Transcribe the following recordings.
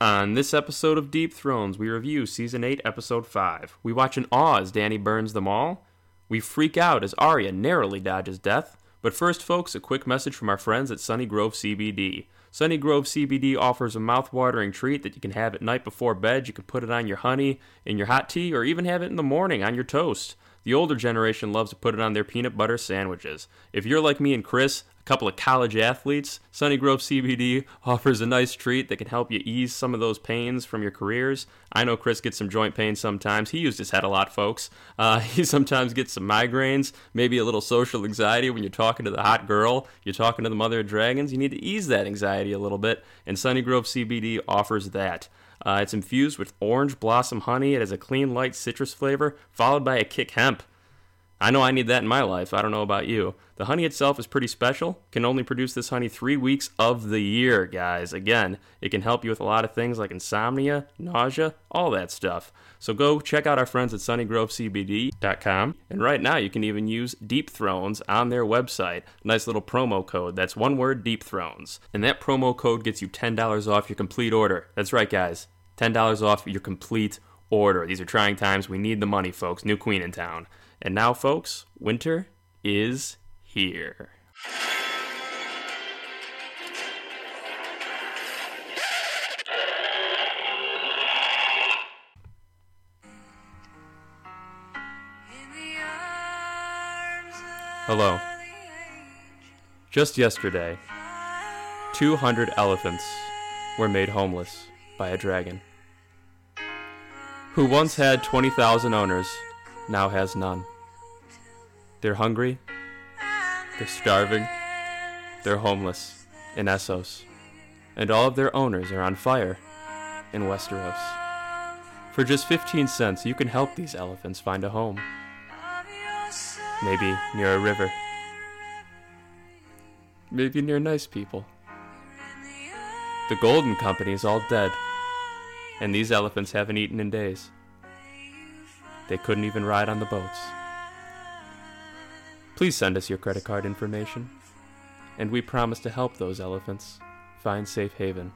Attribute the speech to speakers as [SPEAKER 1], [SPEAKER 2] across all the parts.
[SPEAKER 1] On this episode of Deep Thrones, we review Season 8, Episode 5. We watch in awe as Danny burns them all. We freak out as Arya narrowly dodges death. But first, folks, a quick message from our friends at Sunny Grove CBD. Sunny Grove CBD offers a mouth-watering treat that you can have at night before bed. You can put it on your honey, in your hot tea, or even have it in the morning on your toast. The older generation loves to put it on their peanut butter sandwiches. If you're like me and Chris, a couple of college athletes, Sunny Grove CBD offers a nice treat that can help you ease some of those pains from your careers. I know Chris gets some joint pain sometimes. He used his head a lot, folks. Uh, he sometimes gets some migraines, maybe a little social anxiety when you're talking to the hot girl, you're talking to the mother of dragons. You need to ease that anxiety a little bit, and Sunny Grove CBD offers that. Uh, it's infused with orange blossom honey. It has a clean, light citrus flavor, followed by a kick hemp. I know I need that in my life. I don't know about you. The honey itself is pretty special. Can only produce this honey three weeks of the year, guys. Again, it can help you with a lot of things like insomnia, nausea, all that stuff. So go check out our friends at sunnygrovecbd.com. And right now, you can even use Deep Thrones on their website. Nice little promo code. That's one word, Deep Thrones. And that promo code gets you $10 off your complete order. That's right, guys. $10 off your complete order. These are trying times. We need the money, folks. New queen in town. And now, folks, winter is here. Hello. Just yesterday, 200 elephants were made homeless by a dragon, who once had 20,000 owners, now has none. They're hungry, they're starving, they're homeless in Essos, and all of their owners are on fire in Westeros. For just 15 cents, you can help these elephants find a home, maybe near a river, maybe near nice people. The Golden Company is all dead, and these elephants haven't eaten in days. They couldn't even ride on the boats. Please send us your credit card information, and we promise to help those elephants find safe haven.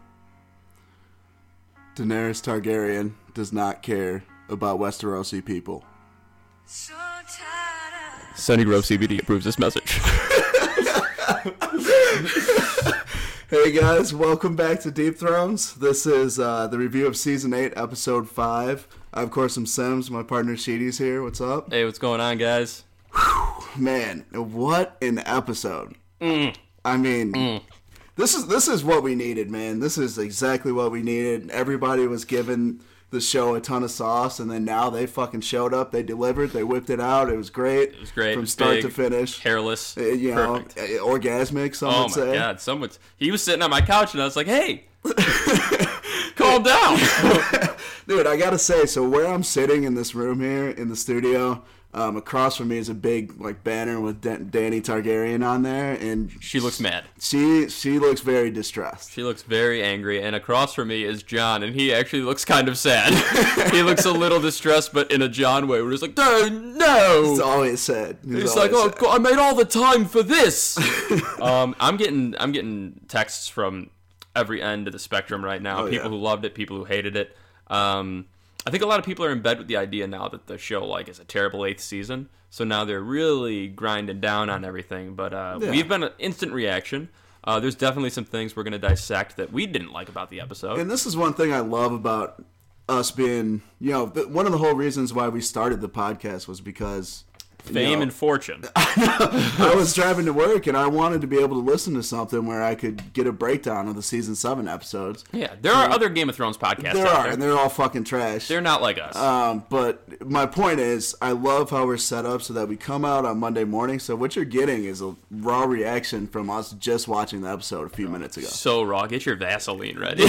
[SPEAKER 2] Daenerys Targaryen does not care about Westerosi people.
[SPEAKER 1] Sunny Grove CBD approves this message.
[SPEAKER 2] Hey guys, welcome back to Deep Thrones. This is uh, the review of season eight, episode five. I, of course, am Sims. My partner Sheedy's here. What's up,
[SPEAKER 1] hey, what's going on, guys?
[SPEAKER 2] man? What an episode!
[SPEAKER 1] Mm.
[SPEAKER 2] I mean, this is this is what we needed, man. This is exactly what we needed. Everybody was giving the show a ton of sauce, and then now they fucking showed up. They delivered. They whipped it out. It was great. It
[SPEAKER 1] was great. It
[SPEAKER 2] from
[SPEAKER 1] was
[SPEAKER 2] start
[SPEAKER 1] big,
[SPEAKER 2] to finish.
[SPEAKER 1] Hairless.
[SPEAKER 2] Uh, you know,
[SPEAKER 1] Perfect.
[SPEAKER 2] uh, orgasmic. Some
[SPEAKER 1] Oh
[SPEAKER 2] would
[SPEAKER 1] my
[SPEAKER 2] say.
[SPEAKER 1] god, someone's. He was sitting on my couch, and I was like, hey, calm down.
[SPEAKER 2] Dude, I gotta say, so where I'm sitting in this room here in the studio, um, across from me is a big like banner with Da- Danny Targaryen on there, and
[SPEAKER 1] she looks mad.
[SPEAKER 2] she she looks very distressed.
[SPEAKER 1] She looks very angry, and across from me is John, and he actually looks kind of sad. he looks a little distressed, but in a John way, where he's like, no,
[SPEAKER 2] It's
[SPEAKER 1] no.
[SPEAKER 2] always said.
[SPEAKER 1] He's like, oh, God, I made all the time for this. um, I'm getting, I'm getting texts from every end of the spectrum right now.
[SPEAKER 2] Oh,
[SPEAKER 1] people
[SPEAKER 2] yeah.
[SPEAKER 1] who loved it, people who hated it. Um, I think a lot of people are in bed with the idea now that the show like is a terrible eighth season, so now they're really grinding down on everything. But uh,
[SPEAKER 2] Yeah.
[SPEAKER 1] we've been an instant reaction. Uh, there's definitely some things we're going to dissect that we didn't like about the episode.
[SPEAKER 2] And this is one thing I love about us being, you know, th- one of the whole reasons why we started the podcast was because you
[SPEAKER 1] Fame
[SPEAKER 2] know,
[SPEAKER 1] and fortune.
[SPEAKER 2] I was driving to work and I wanted to be able to listen to something where I could get a breakdown of the season seven episodes.
[SPEAKER 1] yeah, there are other Game of Thrones podcasts
[SPEAKER 2] There
[SPEAKER 1] out
[SPEAKER 2] are,
[SPEAKER 1] there. Uh,
[SPEAKER 2] and they're all fucking trash.
[SPEAKER 1] They're not like us.
[SPEAKER 2] Um, but my point is, I love how we're set up so that we come out on Monday morning. So what you're getting is a raw reaction from us just watching the episode a few minutes ago.
[SPEAKER 1] so raw. Get your Vaseline ready.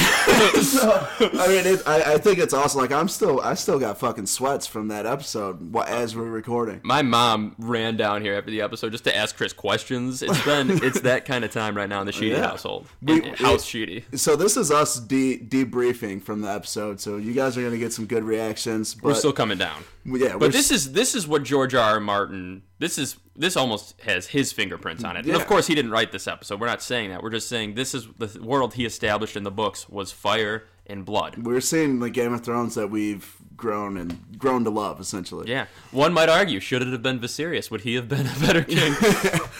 [SPEAKER 2] I mean, it, I, I think it's awesome. Like I'm still, I still got fucking sweats from that episode wh- as we're recording.
[SPEAKER 1] My mom ran down here after the episode just to ask Chris questions. It's been it's that kind of time right now in the Sheedy
[SPEAKER 2] Yeah.
[SPEAKER 1] household.
[SPEAKER 2] We-
[SPEAKER 1] In- in house Sheedy.
[SPEAKER 2] So this is us de- debriefing from the episode. So you guys are gonna get some good reactions. But
[SPEAKER 1] We're still coming down.
[SPEAKER 2] yeah,
[SPEAKER 1] But this is this is what George R. R. Martin. This is this almost has his fingerprints on it. And
[SPEAKER 2] Yeah.
[SPEAKER 1] of course, he didn't write this episode. We're not saying that. We're just saying this is the world he established in the books was fire and blood.
[SPEAKER 2] We're seeing the Game of Thrones that we've grown and grown to love, essentially.
[SPEAKER 1] Yeah, one might argue, should it have been Viserys? Would he have been a better king?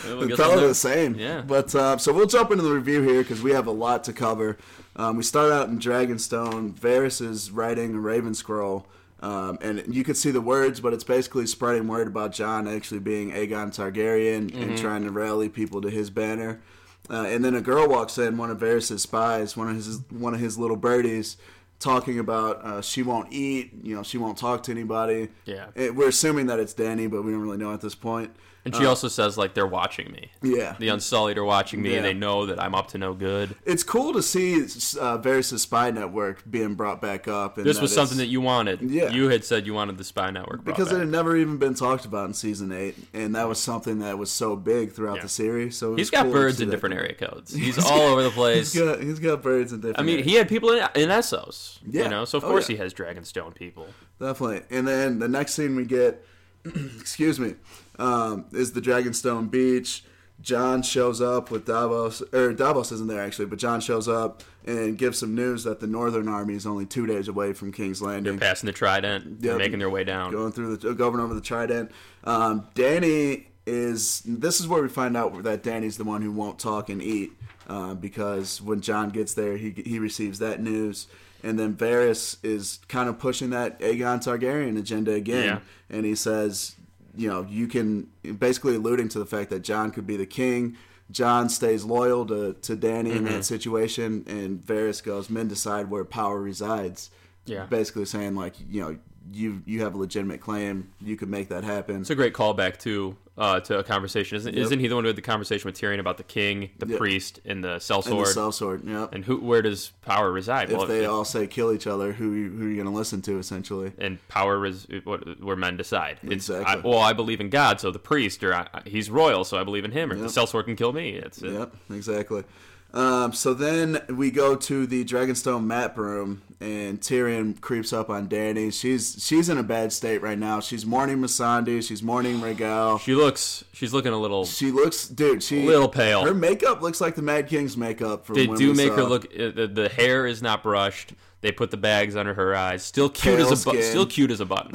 [SPEAKER 1] Well, I guess
[SPEAKER 2] Probably
[SPEAKER 1] I'll-
[SPEAKER 2] the same.
[SPEAKER 1] Yeah.
[SPEAKER 2] But uh, so we'll jump into the review here because we have a lot to cover. Um, we start out in Dragonstone. Varys is writing a Raven Scroll, um, and you can see the words, but it's basically spreading word about John actually being Aegon Targaryen
[SPEAKER 1] Mm-hmm.
[SPEAKER 2] and trying to rally people to his banner. Uh, and then a girl walks in, one of Varys' spies, one of his one of his little birdies, talking about uh, she won't eat, you know, she won't talk to anybody.
[SPEAKER 1] Yeah.
[SPEAKER 2] It- we're assuming that it's Danny, but we don't really know at this point.
[SPEAKER 1] And she also says like they're watching me.
[SPEAKER 2] Yeah,
[SPEAKER 1] The Unsullied are watching me.
[SPEAKER 2] Yeah.
[SPEAKER 1] They know that I'm up to no good.
[SPEAKER 2] it's cool to see uh, Varys' spy network being brought back up. And
[SPEAKER 1] This was
[SPEAKER 2] it's-
[SPEAKER 1] something that you wanted.
[SPEAKER 2] Yeah.
[SPEAKER 1] You had said you wanted the spy network brought
[SPEAKER 2] because it
[SPEAKER 1] back.
[SPEAKER 2] had never even been talked about in season eight, and that was something that was so big throughout
[SPEAKER 1] Yeah.
[SPEAKER 2] the series. So it
[SPEAKER 1] He's
[SPEAKER 2] was
[SPEAKER 1] got
[SPEAKER 2] cool to
[SPEAKER 1] birds
[SPEAKER 2] see
[SPEAKER 1] in
[SPEAKER 2] that.
[SPEAKER 1] different area codes. He's all over the place.
[SPEAKER 2] He's got, he's got birds in different.
[SPEAKER 1] I mean, he had people in, in Essos.
[SPEAKER 2] Yeah.
[SPEAKER 1] You know, so of
[SPEAKER 2] Oh,
[SPEAKER 1] course
[SPEAKER 2] yeah.
[SPEAKER 1] he has Dragonstone people.
[SPEAKER 2] definitely. And then the next scene we get, excuse me, um, is the Dragonstone Beach. John shows up with Davos, or Davos isn't there actually, but John shows up and gives some news that the Northern Army is only two days away from King's Landing.
[SPEAKER 1] Passing the Trident. They're
[SPEAKER 2] Yep.
[SPEAKER 1] making their way down.
[SPEAKER 2] going through the going over the trident. Um, Danny is this is where we find out that Danny's the one who won't talk and eat uh, because when John gets there, he he receives that news, and then Varys is kind of pushing that Aegon Targaryen agenda again,
[SPEAKER 1] Yeah.
[SPEAKER 2] and he says, you know, you can basically alluding to the fact that John could be the king. John stays loyal to, to Danny in
[SPEAKER 1] Mm-hmm.
[SPEAKER 2] that situation, and Varys goes, "Men decide where power resides."
[SPEAKER 1] Yeah.
[SPEAKER 2] basically saying like you know you you have a legitimate claim you could make that happen
[SPEAKER 1] It's a great callback too uh, to a conversation. Isn't, isn't he the one who had the conversation with Tyrion about the king, the
[SPEAKER 2] Yep.
[SPEAKER 1] priest, and the cell
[SPEAKER 2] and the
[SPEAKER 1] sword? And,
[SPEAKER 2] cell sword yep
[SPEAKER 1] who? Where does power reside?
[SPEAKER 2] if
[SPEAKER 1] well,
[SPEAKER 2] they
[SPEAKER 1] it-
[SPEAKER 2] all say kill each other who you- who are you going to listen to essentially
[SPEAKER 1] and power res- what- where men decide. It's,
[SPEAKER 2] Exactly.
[SPEAKER 1] I, well, I believe in God, so the priest, or I, I- he's royal, so I believe in him, or the cell sword can kill me. It's it.
[SPEAKER 2] yep exactly um, so then we go to the Dragonstone map room, and Tyrion creeps up on Danny. She's she's in a bad state right now. She's mourning Missandei. She's mourning Rhaegal.
[SPEAKER 1] She looks. She's looking a little.
[SPEAKER 2] She looks, dude. She
[SPEAKER 1] Little pale.
[SPEAKER 2] Her makeup looks like the Mad King's makeup. From
[SPEAKER 1] They
[SPEAKER 2] when
[SPEAKER 1] do
[SPEAKER 2] we
[SPEAKER 1] make her
[SPEAKER 2] saw.
[SPEAKER 1] look. Uh, the, the hair is not brushed. They put the bags under her eyes. Still cute
[SPEAKER 2] Pale
[SPEAKER 1] as a bu-
[SPEAKER 2] skin.
[SPEAKER 1] still cute as a button.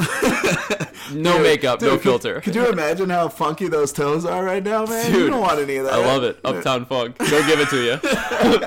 [SPEAKER 1] no makeup,
[SPEAKER 2] Dude,
[SPEAKER 1] no
[SPEAKER 2] could-
[SPEAKER 1] filter.
[SPEAKER 2] Could, you imagine how funky those toes are right now, man? you
[SPEAKER 1] Dude,
[SPEAKER 2] don't want any of that.
[SPEAKER 1] I love it. Uptown Funk. Go give it to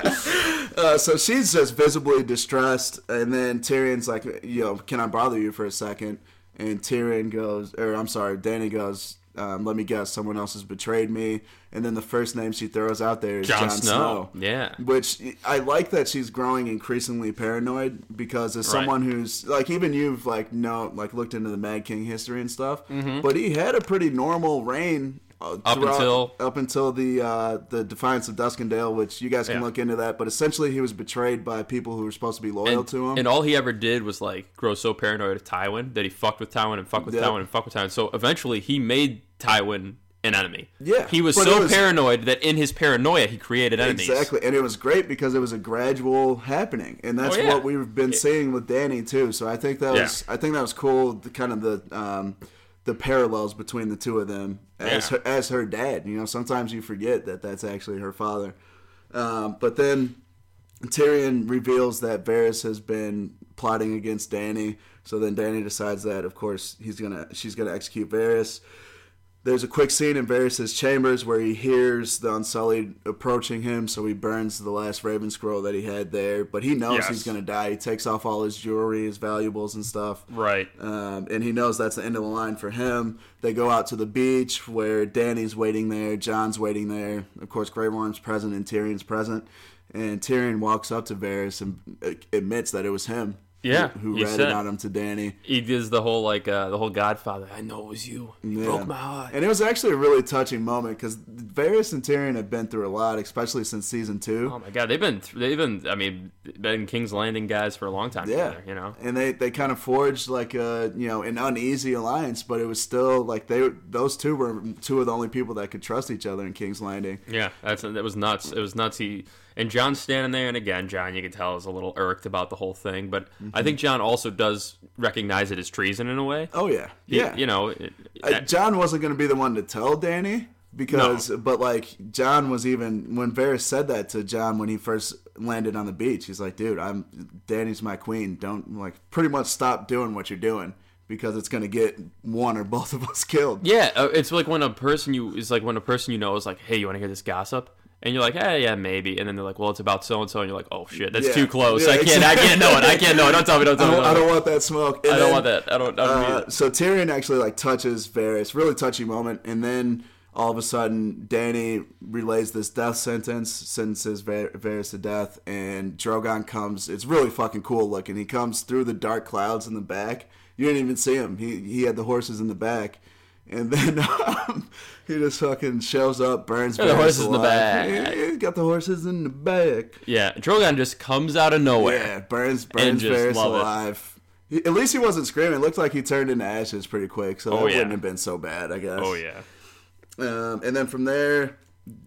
[SPEAKER 1] you.
[SPEAKER 2] Uh, so she's just visibly distressed, and then Tyrion's like, "You know, can I bother you for a second? And Tyrion goes, or I'm sorry, Danny goes. Um, Let me guess, someone else has betrayed me. And then the first name she throws out there is
[SPEAKER 1] Jon
[SPEAKER 2] Jon,
[SPEAKER 1] Snow.
[SPEAKER 2] Snow.
[SPEAKER 1] Yeah.
[SPEAKER 2] Which I like that she's growing increasingly paranoid because as
[SPEAKER 1] Right.
[SPEAKER 2] someone who's like even you've like no like looked into the Mad King history and stuff, but he had a pretty normal reign uh,
[SPEAKER 1] Mm-hmm. Up
[SPEAKER 2] throughout-
[SPEAKER 1] until-
[SPEAKER 2] up until the uh, the Defiance of Duskendale, which you guys can
[SPEAKER 1] Yeah.
[SPEAKER 2] look into that. But essentially, he was betrayed by people who were supposed to be loyal
[SPEAKER 1] and,
[SPEAKER 2] to him.
[SPEAKER 1] and all he ever did was like grow so paranoid of Tywin that he fucked with Tywin and fucked with
[SPEAKER 2] Yeah.
[SPEAKER 1] Tywin and fucked with Tywin. So eventually he made Tywin an enemy.
[SPEAKER 2] Yeah,
[SPEAKER 1] He was
[SPEAKER 2] but
[SPEAKER 1] so
[SPEAKER 2] it was-
[SPEAKER 1] paranoid that in his paranoia he created enemies.
[SPEAKER 2] Exactly, and it was great because it was a gradual happening, and that's
[SPEAKER 1] Oh, yeah.
[SPEAKER 2] what we've been seeing with Danny too. So I think that
[SPEAKER 1] Yeah.
[SPEAKER 2] was I think that was cool, the, kind of the um, the parallels between the two of them as
[SPEAKER 1] Yeah.
[SPEAKER 2] her, as her dad. You know, sometimes you forget that that's actually her father. Um, but then Tyrion reveals that Varys has been plotting against Danny. So then Danny decides that, of course, he's gonna she's gonna execute Varys. There's a quick scene in Varys' chambers where he hears the Unsullied approaching him, so he burns the last Raven scroll that he had there. But he knows
[SPEAKER 1] Yes.
[SPEAKER 2] he's gonna die. He takes off all his jewelry, his valuables, and stuff.
[SPEAKER 1] Right.
[SPEAKER 2] Um, and he knows that's the end of the line for him. They go out to the beach where Danny's waiting there, John's waiting there. Of course, Grey Worm's present and Tyrion's present. And Tyrion walks up to Varys and uh, admits that it was him.
[SPEAKER 1] Yeah,
[SPEAKER 2] who,
[SPEAKER 1] he
[SPEAKER 2] who ratted
[SPEAKER 1] said.
[SPEAKER 2] on him to Danny.
[SPEAKER 1] He does the whole like uh, the whole Godfather. I know it was you. You
[SPEAKER 2] Yeah.
[SPEAKER 1] broke my heart.
[SPEAKER 2] And it was actually a really touching moment because Varys and Tyrion have been through a lot, especially since season two.
[SPEAKER 1] Oh my god, they've been th- they've been I mean been King's Landing guys for a long time.
[SPEAKER 2] Yeah,
[SPEAKER 1] together, you know.
[SPEAKER 2] and they they kind of forged like a you know an uneasy alliance, but it was still like they those two were two of the only people that could trust each other in King's Landing.
[SPEAKER 1] Yeah, that's that was nuts. It was nuts. He and John's standing there, and again, John, you can tell is a little irked about the whole thing. But
[SPEAKER 2] Mm-hmm.
[SPEAKER 1] I think John also does recognize it as treason in a way.
[SPEAKER 2] Oh yeah,
[SPEAKER 1] He-
[SPEAKER 2] yeah.
[SPEAKER 1] you know, it-
[SPEAKER 2] Uh, John wasn't going to be the one to tell Danny because, but like John was even when Varys said that to John when he first landed on the beach. He's like, dude, I'm Danny's my queen. Don't like pretty much stop doing what you're doing because it's gonna get one or both of us killed.
[SPEAKER 1] Yeah, uh, it's like when a person you is like when a person you know is like, "Hey, you want to hear this gossip?" And you're like, "Hey, yeah, maybe." And then they're like, "Well, it's about so and so," and you're like, "Oh shit, that's
[SPEAKER 2] Yeah.
[SPEAKER 1] too close.
[SPEAKER 2] Yeah,
[SPEAKER 1] I can't, I can't know it. I can't know it. Don't tell me. Don't tell
[SPEAKER 2] I
[SPEAKER 1] me.
[SPEAKER 2] don't, I
[SPEAKER 1] don't,
[SPEAKER 2] don't want that smoke. And
[SPEAKER 1] I don't
[SPEAKER 2] then-
[SPEAKER 1] want that. I don't. I don't need it.
[SPEAKER 2] Uh, so Tyrion actually like touches Varys, really touchy moment, and then all of a sudden Danny relays this death sentence, sentences Var- Varys to death, and Drogon comes. It's really fucking cool looking. He comes through the dark clouds in the back. You didn't even see him. He he had the horses in the back. And then um, he just fucking shows up, burns
[SPEAKER 1] the
[SPEAKER 2] Varys
[SPEAKER 1] horses in the
[SPEAKER 2] alive.
[SPEAKER 1] back.
[SPEAKER 2] Yeah, he's got the horses in the back.
[SPEAKER 1] Yeah, Drogon just comes out of nowhere.
[SPEAKER 2] Yeah, burns burns
[SPEAKER 1] just
[SPEAKER 2] Ferris
[SPEAKER 1] love it.
[SPEAKER 2] alive. He- At least he wasn't screaming. It looked like he turned into ashes pretty quick, so that
[SPEAKER 1] Oh, yeah.
[SPEAKER 2] wouldn't have been so bad, I guess.
[SPEAKER 1] Oh yeah.
[SPEAKER 2] Um, and then from there,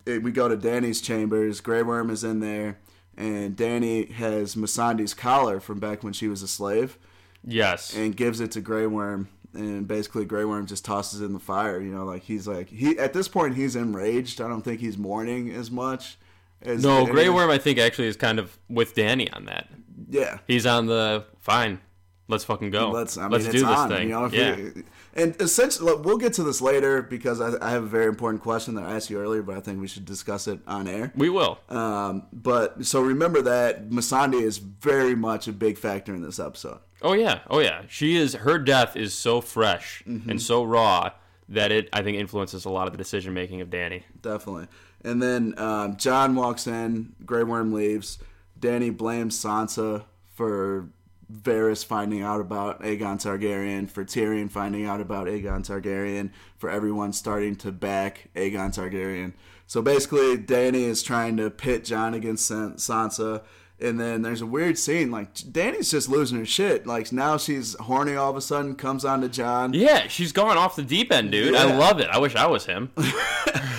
[SPEAKER 2] it, we go to Danny's chambers. Grey Worm is in there, and Danny has Masandi's collar from back when she was a slave,
[SPEAKER 1] Yes.
[SPEAKER 2] and gives it to Grey Worm. And basically, Grey Worm just tosses it in the fire. You know, like he's like he at this point he's enraged. I don't think he's mourning as much. As
[SPEAKER 1] No,
[SPEAKER 2] and
[SPEAKER 1] Grey
[SPEAKER 2] he-
[SPEAKER 1] Worm I think actually is kind of with Danny on that.
[SPEAKER 2] Yeah,
[SPEAKER 1] He's on the fine. Let's fucking go.
[SPEAKER 2] Let's, I
[SPEAKER 1] Oh,
[SPEAKER 2] mean,
[SPEAKER 1] Let's
[SPEAKER 2] it's
[SPEAKER 1] do this
[SPEAKER 2] on,
[SPEAKER 1] thing.
[SPEAKER 2] You know, if
[SPEAKER 1] yeah.
[SPEAKER 2] you- and essentially, look, we'll get to this later because I, I have a very important question that I asked you earlier, but I think we should discuss it on air.
[SPEAKER 1] we will.
[SPEAKER 2] Um, but so remember that Masandi is very much a big factor in this episode.
[SPEAKER 1] Oh yeah, oh yeah. She is her death is so fresh and so raw that it I think influences a lot of the decision making of Danny.
[SPEAKER 2] definitely. And then um, John walks in. Grey Worm leaves. Danny blames Sansa for Varys finding out about Aegon Targaryen, for Tyrion finding out about Aegon Targaryen, for everyone starting to back Aegon Targaryen. So basically, Danny is trying to pit John against San- Sansa. And then there's a weird scene. Like, Danny's just losing her shit. Like, now she's horny all of a sudden, comes on to John.
[SPEAKER 1] Yeah, she's gone off the deep end, dude. I
[SPEAKER 2] Yeah.
[SPEAKER 1] love it. I wish I was him.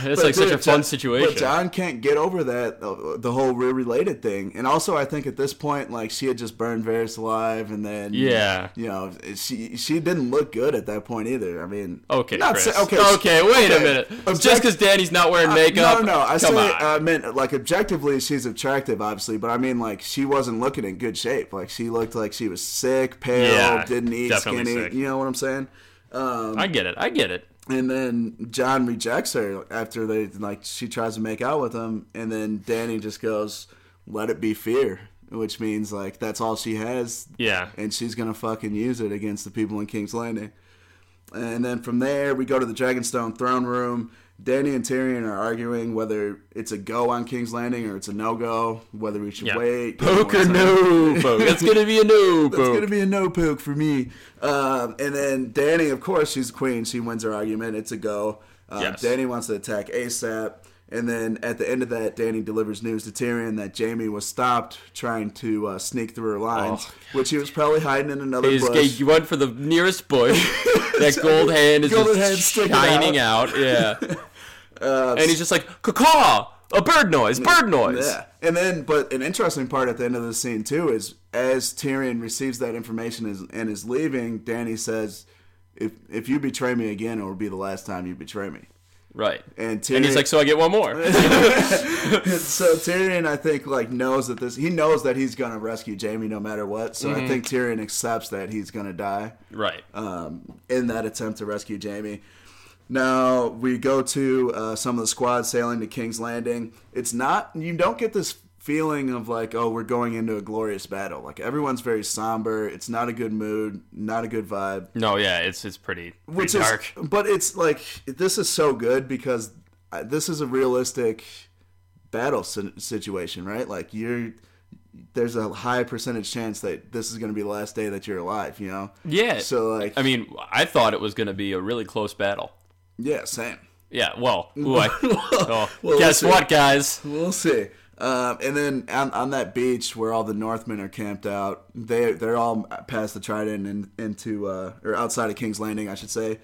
[SPEAKER 1] it's like such
[SPEAKER 2] dude,
[SPEAKER 1] a fun
[SPEAKER 2] John-
[SPEAKER 1] situation.
[SPEAKER 2] But John can't get over that uh, the whole rear related thing, and also I think at this point, like she had just burned Varys alive, and then
[SPEAKER 1] Yeah.
[SPEAKER 2] you know, she she didn't look good at that point either. I mean,
[SPEAKER 1] okay,
[SPEAKER 2] not
[SPEAKER 1] Chris.
[SPEAKER 2] say-
[SPEAKER 1] okay, Uh, Wait a
[SPEAKER 2] okay.
[SPEAKER 1] minute. Just
[SPEAKER 2] Object-
[SPEAKER 1] because Danny's not wearing
[SPEAKER 2] no,
[SPEAKER 1] makeup.
[SPEAKER 2] no, no. I
[SPEAKER 1] come
[SPEAKER 2] say
[SPEAKER 1] on.
[SPEAKER 2] I meant like objectively, she's attractive, obviously, but I mean like she wasn't looking in good shape. Like she looked like she was sick, pale,
[SPEAKER 1] Yeah,
[SPEAKER 2] didn't eat,
[SPEAKER 1] definitely
[SPEAKER 2] skinny.
[SPEAKER 1] sick.
[SPEAKER 2] You know what I'm saying? Um,
[SPEAKER 1] I get it. I get it.
[SPEAKER 2] and then John rejects her after they like she tries to make out with him, and then Danny just goes, "Let it be fear," which means like that's all she has,
[SPEAKER 1] Yeah.
[SPEAKER 2] and she's gonna fucking use it against the people in King's Landing. And then from there, we go to the Dragonstone throne room. Danny and Tyrion are arguing whether it's a go on King's Landing or it's a no go, whether we should
[SPEAKER 1] Yeah.
[SPEAKER 2] wait. get
[SPEAKER 1] Poke
[SPEAKER 2] more
[SPEAKER 1] or
[SPEAKER 2] time.
[SPEAKER 1] no poke. That's gonna be a no
[SPEAKER 2] It's gonna
[SPEAKER 1] poke.
[SPEAKER 2] be a no poke for me. Um, and then Danny, of course, she's queen. She wins her argument. It's a go. Uh,
[SPEAKER 1] Yes.
[SPEAKER 2] Danny wants to attack ASAP. And then at the end of that, Danny delivers news to Tyrion that Jamie was stopped trying to uh, sneak through her lines,
[SPEAKER 1] Oh,
[SPEAKER 2] which he was probably hiding in another
[SPEAKER 1] He's
[SPEAKER 2] bush.
[SPEAKER 1] he went for the nearest bush. that gold hand is
[SPEAKER 2] Golden hand's
[SPEAKER 1] just
[SPEAKER 2] sticking Uh,
[SPEAKER 1] shining out. Yeah. and he's just like, caw a bird noise, bird noise.
[SPEAKER 2] Yeah. And then, but an interesting part at the end of the scene too is as Tyrion receives that information is, and is leaving, Danny says, "If if you betray me again, it will be the last time you betray me."
[SPEAKER 1] Right.
[SPEAKER 2] And Tyrion,
[SPEAKER 1] And he's like, so I get one more.
[SPEAKER 2] so Tyrion, I think, like knows that this. He knows that he's gonna rescue Jamie no matter what. So I think Tyrion accepts that he's gonna die
[SPEAKER 1] right.
[SPEAKER 2] um, in that attempt to rescue Jamie. Now we go to uh, some of the squad sailing to King's Landing. It's not you don't get this feeling of like oh we're going into a glorious battle. Like everyone's very somber. It's not a good mood. Not a good vibe
[SPEAKER 1] No, yeah, it's it's pretty, pretty
[SPEAKER 2] which
[SPEAKER 1] dark.
[SPEAKER 2] is but it's like this is so good because uh, this is a realistic battle si- situation right like you're there's a high percentage chance that this is going to be the last day that you're alive you know
[SPEAKER 1] yeah.
[SPEAKER 2] so like
[SPEAKER 1] I mean, I thought it was going to be a really close battle.
[SPEAKER 2] yeah same
[SPEAKER 1] Yeah, well, ooh, I, oh,
[SPEAKER 2] Well,
[SPEAKER 1] guess
[SPEAKER 2] we'll see.
[SPEAKER 1] what, guys?
[SPEAKER 2] we'll see um, and then on, on that beach where all the Northmen are camped out, they they're all past the Trident and into uh, or outside of King's Landing, I should say.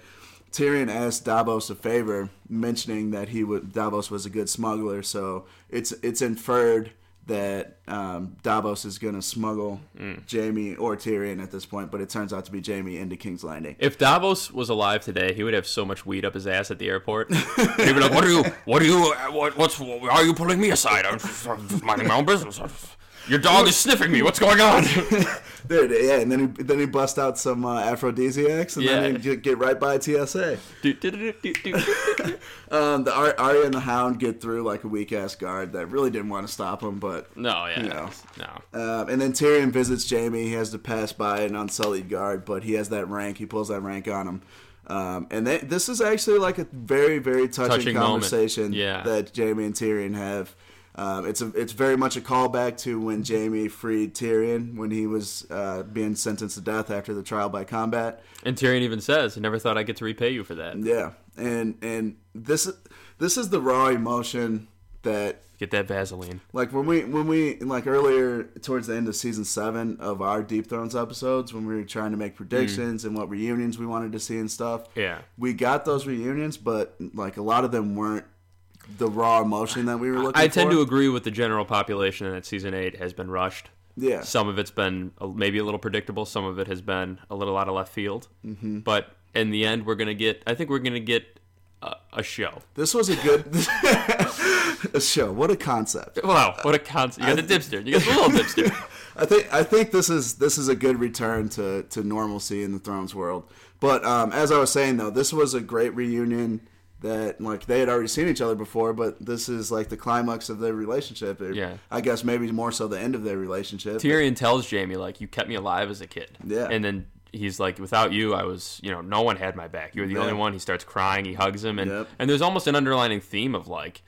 [SPEAKER 2] Tyrion asked Davos a favor, mentioning that he would Davos was a good smuggler, so it's it's inferred that um, Davos is going to smuggle Jamie or Tyrion at this point, but it turns out to be Jamie into King's Landing.
[SPEAKER 1] If Davos was alive today, he would have so much weed up his ass at the airport. He'd be like, "What are you? What are you? uh, What, what's? Why are you pulling me aside? I'm just, I'm just minding my own business. I'm just- your dog is sniffing me. What's going on?"
[SPEAKER 2] There, it is. yeah, and then he, then he bust out some uh, aphrodisiacs, and
[SPEAKER 1] Yeah.
[SPEAKER 2] then he get, get right by TSA.
[SPEAKER 1] Do, do, do, do, do, do.
[SPEAKER 2] Um, the Ar- Arya and the Hound get through like a weak ass guard that really didn't want to stop him, but
[SPEAKER 1] No, yeah,
[SPEAKER 2] No.
[SPEAKER 1] no.
[SPEAKER 2] Um, and then Tyrion visits Jamie. He has to pass by an unsullied guard, but he has that rank. He pulls that rank on him. Um, and they, this is actually like a very, very touching,
[SPEAKER 1] Touching moment.
[SPEAKER 2] conversation
[SPEAKER 1] Yeah.
[SPEAKER 2] that Jamie and Tyrion have. Um, it's a, it's very much a callback to when Jamie freed Tyrion when he was uh, being sentenced to death after the trial by combat.
[SPEAKER 1] And Tyrion even says, "I never thought I'd get to repay you for that."
[SPEAKER 2] Yeah, and and this this is the raw emotion that
[SPEAKER 1] Get that Vaseline.
[SPEAKER 2] Like when we when we like earlier towards the end of season seven of our Deep Thrones episodes, when we were trying to make predictions and what reunions we wanted to see and stuff.
[SPEAKER 1] Yeah.
[SPEAKER 2] we got those reunions, but like a lot of them weren't the raw emotion that we were looking.
[SPEAKER 1] I tend
[SPEAKER 2] for.
[SPEAKER 1] to agree with the general population that season eight has been rushed.
[SPEAKER 2] Yeah,
[SPEAKER 1] Some of it's been a- maybe a little predictable. Some of it has been a little out of left field. Mm-hmm. But in the end, we're gonna get. I think we're gonna get a, a show.
[SPEAKER 2] this was a good a show. What a concept!
[SPEAKER 1] Wow, what a concept! You got the dipster. You got the little dipster.
[SPEAKER 2] I think I think this is this is a good return to, to normalcy in the Thrones world. But um, as I was saying though, this was a great reunion that like they had already seen each other before, but this is like the climax of their relationship. Or
[SPEAKER 1] Yeah.
[SPEAKER 2] I guess maybe more so the end of their relationship.
[SPEAKER 1] Tyrion tells Jamie like, "You kept me alive as a kid."
[SPEAKER 2] Yeah.
[SPEAKER 1] And then he's like, "Without you, I was, you know, no one had my back. You were the
[SPEAKER 2] Yeah.
[SPEAKER 1] only one." He starts crying. He hugs him, and
[SPEAKER 2] Yep.
[SPEAKER 1] and there's almost an underlining theme of like.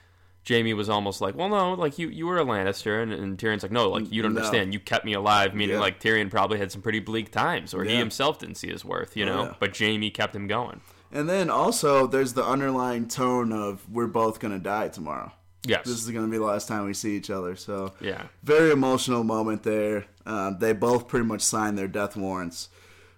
[SPEAKER 1] Jamie was almost like, well, no, like you, you were a Lannister, and, and Tyrion's like, no, like you don't
[SPEAKER 2] No.
[SPEAKER 1] understand. You kept me alive, meaning
[SPEAKER 2] Yeah.
[SPEAKER 1] like Tyrion probably had some pretty bleak times, or he
[SPEAKER 2] Yeah. Oh,
[SPEAKER 1] himself didn't see his worth, you know.
[SPEAKER 2] yeah.
[SPEAKER 1] But Jamie kept him going.
[SPEAKER 2] And then also there's the underlying tone of we're both gonna die tomorrow.
[SPEAKER 1] Yes.
[SPEAKER 2] This is gonna be the last time we see each other. So
[SPEAKER 1] Yeah.
[SPEAKER 2] very emotional moment there. Um, they both pretty much signed their death warrants.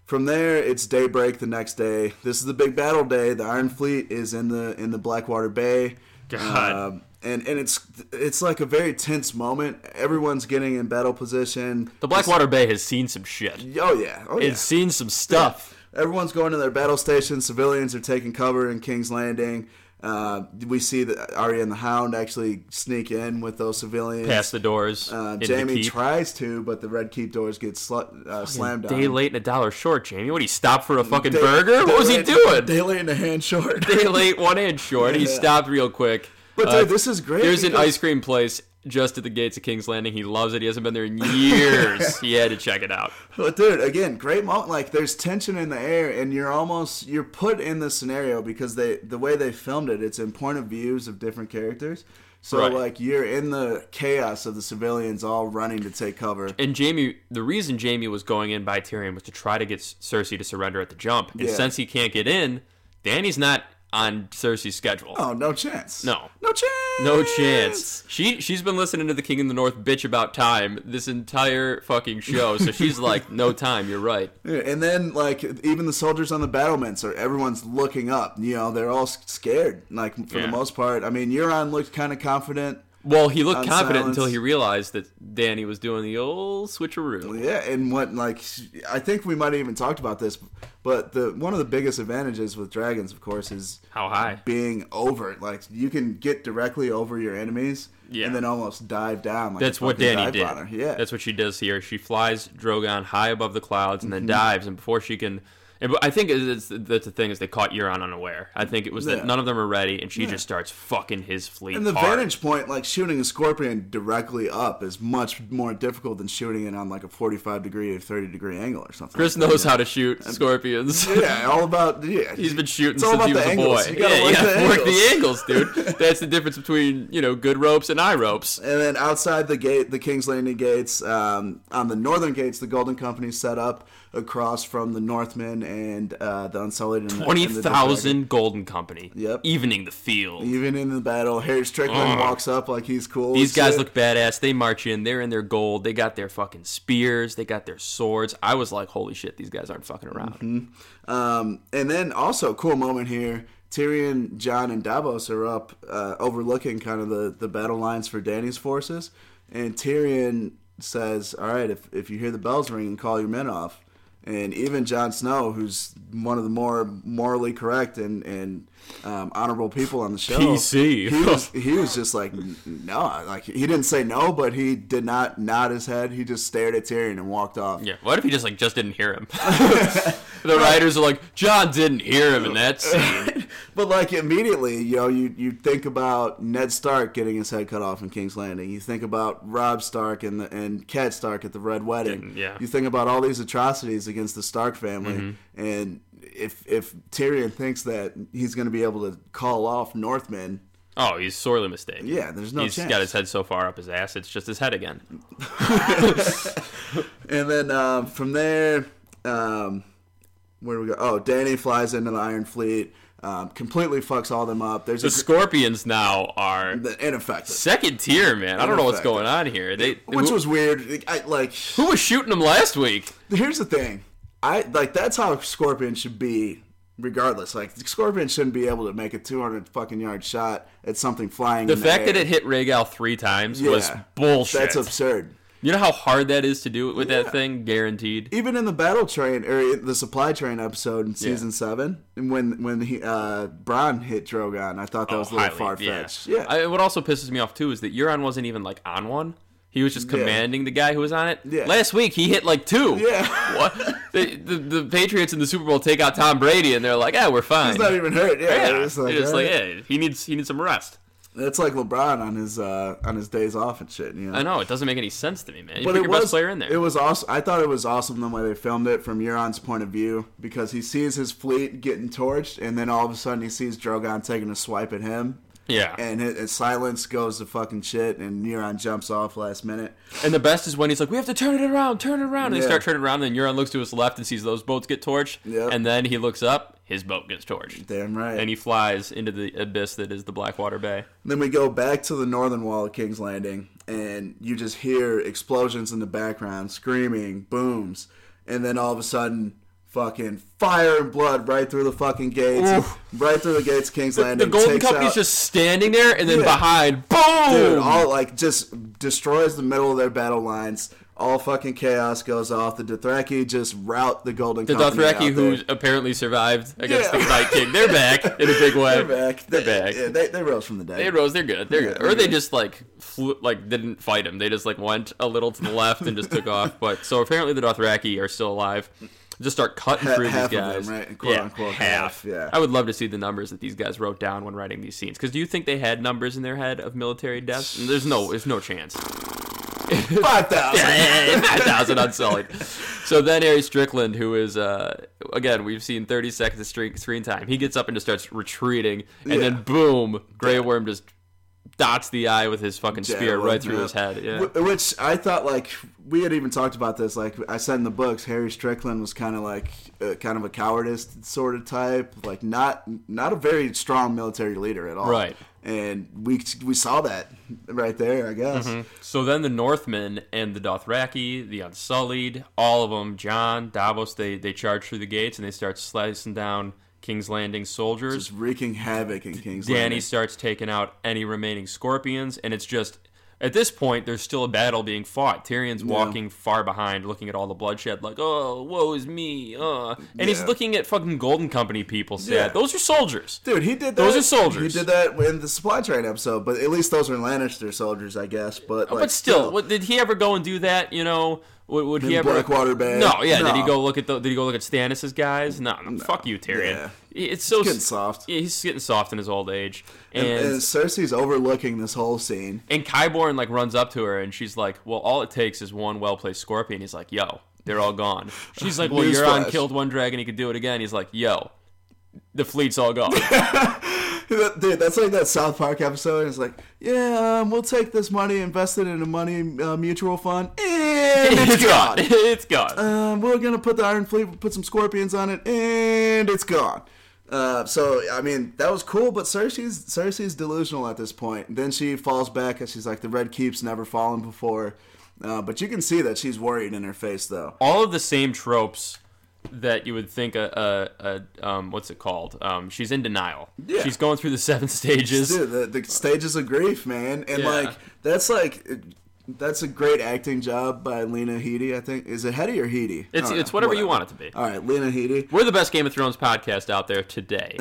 [SPEAKER 2] From there, it's daybreak the next day. This is the big battle day. The Iron Fleet is in the in the Blackwater Bay.
[SPEAKER 1] God.
[SPEAKER 2] Um, and and it's it's like a very tense moment. Everyone's getting in battle position.
[SPEAKER 1] The Blackwater Bay has seen some shit.
[SPEAKER 2] Oh yeah. Oh yeah.
[SPEAKER 1] It's seen some stuff.
[SPEAKER 2] Everyone's going to their battle stations. Civilians are taking cover in King's Landing. Uh, we see that Arya and the Hound actually sneak in with those civilians.
[SPEAKER 1] Past the doors.
[SPEAKER 2] Uh,
[SPEAKER 1] into
[SPEAKER 2] Jamie
[SPEAKER 1] keep.
[SPEAKER 2] tries to, but the red keep doors get slu- uh, slammed on.
[SPEAKER 1] Day late and a dollar short, Jamie. What, he stopped for a fucking
[SPEAKER 2] Day-
[SPEAKER 1] burger?
[SPEAKER 2] day
[SPEAKER 1] What was he
[SPEAKER 2] late-
[SPEAKER 1] doing? Day,
[SPEAKER 2] Day late and a hand short.
[SPEAKER 1] late, one hand short. He
[SPEAKER 2] Yeah.
[SPEAKER 1] stopped real quick.
[SPEAKER 2] But
[SPEAKER 1] Uh,
[SPEAKER 2] dude, this is great.
[SPEAKER 1] There's an
[SPEAKER 2] because-
[SPEAKER 1] ice cream place just at the gates of King's Landing. He loves it. He hasn't been there in years. he had to check it out.
[SPEAKER 2] But dude, again, great moment. Like there's tension in the air, and you're almost you're put in this scenario because they the way they filmed it, it's in point of views of different characters. So
[SPEAKER 1] Right.
[SPEAKER 2] like you're in the chaos of the civilians all running to take cover.
[SPEAKER 1] And Jamie, the reason Jamie was going in by Tyrion was to try to get S- Cersei to surrender at the jump. And
[SPEAKER 2] Yeah.
[SPEAKER 1] since he can't get in, Danny's not on Cersei's schedule.
[SPEAKER 2] Oh, no chance.
[SPEAKER 1] No.
[SPEAKER 2] No chance.
[SPEAKER 1] No chance. She she's been listening to the King in the North bitch about time this entire fucking show. So she's like, no time. You're right.
[SPEAKER 2] Yeah, And then, like, even the soldiers on the battlements are everyone's looking up. You know, they're all s- scared. Like for
[SPEAKER 1] Yeah.
[SPEAKER 2] the most part, I mean, Euron looked kind of confident.
[SPEAKER 1] Well, he looked
[SPEAKER 2] On
[SPEAKER 1] confident
[SPEAKER 2] silence.
[SPEAKER 1] until he realized that Danny was doing the old switcheroo.
[SPEAKER 2] Yeah, and what like I think we might have even talked about this, but the one of the biggest advantages with dragons, of course, is
[SPEAKER 1] How high?
[SPEAKER 2] being over. Like you can get directly over your enemies,
[SPEAKER 1] Yeah.
[SPEAKER 2] and then almost dive down. Like
[SPEAKER 1] That's
[SPEAKER 2] a
[SPEAKER 1] what
[SPEAKER 2] fucking
[SPEAKER 1] Danny
[SPEAKER 2] dive
[SPEAKER 1] did.
[SPEAKER 2] bomber. Yeah,
[SPEAKER 1] That's what she does here. She flies Drogon high above the clouds and then
[SPEAKER 2] Mm-hmm.
[SPEAKER 1] dives, and before she can. And but I think it's, that's the thing is they caught Euron unaware. I think it was that
[SPEAKER 2] Yeah.
[SPEAKER 1] none of them were ready, and she just starts fucking his fleet.
[SPEAKER 2] and the
[SPEAKER 1] hard.
[SPEAKER 2] vantage point, like shooting a scorpion directly up, is much more difficult than shooting it on like a forty-five degree or thirty degree angle or something.
[SPEAKER 1] Chris knows how to shoot scorpions.
[SPEAKER 2] Yeah, all about yeah.
[SPEAKER 1] He's been shooting
[SPEAKER 2] It's all
[SPEAKER 1] since
[SPEAKER 2] about
[SPEAKER 1] he was
[SPEAKER 2] the
[SPEAKER 1] a
[SPEAKER 2] angles.
[SPEAKER 1] boy.
[SPEAKER 2] You gotta work the
[SPEAKER 1] work the
[SPEAKER 2] angles.
[SPEAKER 1] angles, dude. That's the difference between you know good ropes and eye ropes.
[SPEAKER 2] And then outside the gate, the King's Landing gates, um, on the northern gates, the Golden Company set up across from the Northmen and uh, the Unsullied. And the- and the
[SPEAKER 1] Twenty
[SPEAKER 2] Dragon.
[SPEAKER 1] thousand golden company.
[SPEAKER 2] Yep.
[SPEAKER 1] Evening the field.
[SPEAKER 2] Even in the battle, Harry Strickland
[SPEAKER 1] Ugh.
[SPEAKER 2] walks up like he's cool.
[SPEAKER 1] Ah. These
[SPEAKER 2] as
[SPEAKER 1] guys
[SPEAKER 2] shit.
[SPEAKER 1] look badass. They march in. They're in their gold. They got their fucking spears. They got their swords. I was like, holy shit, these guys aren't fucking around.
[SPEAKER 2] Mm-hmm. Um, and then also cool moment here. Tyrion, John, and Davos are up, uh, overlooking kind of the, the battle lines for Danny's forces. And Tyrion says, "All right, if if you hear the bells ringing, call your men off." And even Jon Snow, who's one of the more morally correct and and um, honorable people on the show,
[SPEAKER 1] PC.
[SPEAKER 2] he was he was just like "N- no, like he didn't say no, but he did not nod his head. He just stared at Tyrion and walked off.
[SPEAKER 1] Yeah. What if he just like just didn't hear him? the writers are like, John didn't hear him in that scene.
[SPEAKER 2] But like immediately, you know, you you think about Ned Stark getting his head cut off in King's Landing. You think about Rob Stark and the, and Kat Stark at the Red Wedding.
[SPEAKER 1] Yeah.
[SPEAKER 2] You think about all these atrocities against the Stark family,
[SPEAKER 1] Mm-hmm.
[SPEAKER 2] and if if Tyrion thinks that he's going to be able to call off Northmen,
[SPEAKER 1] Oh, he's sorely mistaken.
[SPEAKER 2] yeah, there's no
[SPEAKER 1] He's
[SPEAKER 2] chance.
[SPEAKER 1] got his head so far up his ass, it's just his head again.
[SPEAKER 2] And then um, from there, um, where do we go? Oh, Danny flies into the Iron Fleet, um, completely fucks all them up. There's
[SPEAKER 1] The
[SPEAKER 2] a
[SPEAKER 1] Scorpions now are
[SPEAKER 2] gr- ineffective,
[SPEAKER 1] second tier, man. I don't know what's
[SPEAKER 2] Ineffective.
[SPEAKER 1] going on here. They
[SPEAKER 2] which
[SPEAKER 1] who,
[SPEAKER 2] was weird. Like, I, like
[SPEAKER 1] who was shooting them last week?
[SPEAKER 2] here's the thing i like that's how scorpion should be regardless like scorpion shouldn't be able to make a 200 fucking yard shot at something flying
[SPEAKER 1] The
[SPEAKER 2] in
[SPEAKER 1] fact
[SPEAKER 2] air.
[SPEAKER 1] that it hit Rhaegal three times was
[SPEAKER 2] Yeah.
[SPEAKER 1] bullshit.
[SPEAKER 2] that's absurd
[SPEAKER 1] you know how hard that is to do with that thing, guaranteed.
[SPEAKER 2] even in the battle train or the supply train episode in season seven, and when when he uh Bron hit Drogon, I thought that was a little
[SPEAKER 1] Oh, Highly,
[SPEAKER 2] far fetched. Yeah,
[SPEAKER 1] I, what also pisses me off too is that Euron wasn't even like on one. He was just commanding the guy who was on it.
[SPEAKER 2] Yeah.
[SPEAKER 1] Last week he hit like two.
[SPEAKER 2] Yeah.
[SPEAKER 1] What? The, the, the Patriots in the Super Bowl take out Tom Brady and they're like, yeah, we're fine.
[SPEAKER 2] he's not even hurt. Yeah,
[SPEAKER 1] yeah.
[SPEAKER 2] it's like,
[SPEAKER 1] They're just like,
[SPEAKER 2] eh.
[SPEAKER 1] yeah, he needs he needs some rest.
[SPEAKER 2] that's like LeBron on his uh on his days off and shit. You know?
[SPEAKER 1] I know it doesn't make any sense to me, man. You
[SPEAKER 2] But
[SPEAKER 1] put
[SPEAKER 2] it
[SPEAKER 1] your
[SPEAKER 2] was
[SPEAKER 1] best player in there.
[SPEAKER 2] It was awesome. I thought it was awesome the way they filmed it from Euron's point of view because he sees his fleet getting torched, and then all of a sudden he sees Drogon taking a swipe at him,
[SPEAKER 1] yeah. And,
[SPEAKER 2] and it, and silence goes to fucking shit, and Euron jumps off last minute.
[SPEAKER 1] the best is when he's like, we have to turn it around, turn it around, and
[SPEAKER 2] Yeah.
[SPEAKER 1] they start turning around. And then Euron looks to his left and sees those boats get torched.
[SPEAKER 2] Yep.
[SPEAKER 1] And then he looks up, his boat gets torched.
[SPEAKER 2] Damn right.
[SPEAKER 1] And he flies into the abyss that is the Blackwater Bay.
[SPEAKER 2] Then we go back to the northern wall of King's Landing, and you just hear explosions in the background, screaming, booms, and then all of a sudden, fucking fire and blood right through the fucking gates, right through the gates of King's
[SPEAKER 1] The
[SPEAKER 2] Landing.
[SPEAKER 1] Golden
[SPEAKER 2] takes
[SPEAKER 1] Company's
[SPEAKER 2] out-
[SPEAKER 1] just standing there, and then
[SPEAKER 2] Yeah.
[SPEAKER 1] behind, boom!
[SPEAKER 2] dude, all like just destroys the middle of their battle lines. All fucking chaos goes off. The Dothraki just rout the Golden
[SPEAKER 1] the
[SPEAKER 2] Company
[SPEAKER 1] Dothraki,
[SPEAKER 2] out
[SPEAKER 1] who
[SPEAKER 2] there.
[SPEAKER 1] apparently survived against
[SPEAKER 2] Yeah.
[SPEAKER 1] the Night King, they're back in a big way.
[SPEAKER 2] they're back. They're,
[SPEAKER 1] back.
[SPEAKER 2] yeah, they, they rose from the dead.
[SPEAKER 1] They rose. They're good. They're
[SPEAKER 2] Yeah,
[SPEAKER 1] good.
[SPEAKER 2] they're
[SPEAKER 1] Or they
[SPEAKER 2] good.
[SPEAKER 1] just like flew, like didn't fight him. They just like went a little to the left and just took off. But so apparently the Dothraki are still alive. Just start cutting
[SPEAKER 2] Ha-
[SPEAKER 1] through
[SPEAKER 2] half
[SPEAKER 1] these
[SPEAKER 2] of them,
[SPEAKER 1] guys.
[SPEAKER 2] right? Quote,
[SPEAKER 1] yeah,
[SPEAKER 2] unquote, half,
[SPEAKER 1] half.
[SPEAKER 2] yeah.
[SPEAKER 1] I would love to see the numbers that these guys wrote down when writing these scenes. Because do you think they had numbers in their head of military deaths? There's no. There's no chance.
[SPEAKER 2] Five thousand.
[SPEAKER 1] Five thousand unsullied. So then Harry Strickland, who is uh, again we've seen thirty seconds of screen, screen time, he gets up and just starts retreating, and
[SPEAKER 2] Yeah.
[SPEAKER 1] then boom, Grey Worm just dots the eye with his fucking
[SPEAKER 2] Yeah,
[SPEAKER 1] spear
[SPEAKER 2] well,
[SPEAKER 1] right through
[SPEAKER 2] yeah.
[SPEAKER 1] his head. Yeah.
[SPEAKER 2] Wh- Which I thought, like, we had even talked about this. Like, I said in the books, Harry Strickland was kind of like, uh, kind of a cowardice sort of type. Like, not not a very strong military leader at all.
[SPEAKER 1] Right.
[SPEAKER 2] And we we saw that right there, I guess.
[SPEAKER 1] So then the Northmen and the Dothraki, the Unsullied, all of them, John, Davos, they they charge through the gates and they start slicing down King's Landing soldiers.
[SPEAKER 2] Just wreaking havoc in King's
[SPEAKER 1] Danny
[SPEAKER 2] Landing.
[SPEAKER 1] starts taking out any remaining scorpions, and it's just at this point there's still a battle being fought. Tyrion's walking far behind, looking at all the bloodshed, like, "Oh, woe is me!" Uh. And he's
[SPEAKER 2] Yeah.
[SPEAKER 1] looking at fucking Golden Company people. Sad.
[SPEAKER 2] Yeah.
[SPEAKER 1] Those are soldiers.
[SPEAKER 2] Dude, he did that.
[SPEAKER 1] Those are soldiers.
[SPEAKER 2] He did that in the supply train episode, but at least those were Lannister soldiers, I guess. But like,
[SPEAKER 1] Oh, but still, what, did he ever go and do that? You know, would, would he
[SPEAKER 2] In
[SPEAKER 1] ever?
[SPEAKER 2] Blackwater Bay?
[SPEAKER 1] No, yeah. Did he
[SPEAKER 2] No.
[SPEAKER 1] go look at the? Did he go look at Stannis's guys? No, fuck you, Tyrion.
[SPEAKER 2] Yeah.
[SPEAKER 1] It's so
[SPEAKER 2] getting soft.
[SPEAKER 1] Yeah, he's getting soft in his old age,
[SPEAKER 2] and Cersei's overlooking this whole scene.
[SPEAKER 1] And Kyborn like runs up to her and she's like, "Well, all it takes is one well-placed scorpion." He's like, "Yo, they're all gone." She's like, "Well, Euron
[SPEAKER 2] Newsflash.
[SPEAKER 1] killed one dragon; he could do it again." He's like, "Yo, the fleet's all gone."
[SPEAKER 2] Dude, that's like that South Park episode. It's like, yeah, um, we'll take this money, invest it in a money uh, mutual fund, and it's gone.
[SPEAKER 1] it's gone.
[SPEAKER 2] Um, we're gonna put the Iron Fleet, we'll put some scorpions on it, and it's gone. Uh, so I mean, that was cool, but Cersei's Cersei's delusional at this point. Then she falls back, and she's like, the Red Keep's never fallen before. Uh, but you can see that she's worried in her face, though.
[SPEAKER 1] all of the same tropes that you would think a, a, a um, what's it called? Um, she's in denial.
[SPEAKER 2] Yeah.
[SPEAKER 1] She's going through the seven stages.
[SPEAKER 2] Dude, the, the stages of grief, man, and
[SPEAKER 1] Yeah.
[SPEAKER 2] like that's like That's a great acting job by Lena Headey. I think is it Headey or Headey? Oh,
[SPEAKER 1] It's it's whatever, you want it to be.
[SPEAKER 2] All right, Lena Headey.
[SPEAKER 1] We're the best Game of Thrones podcast out there today.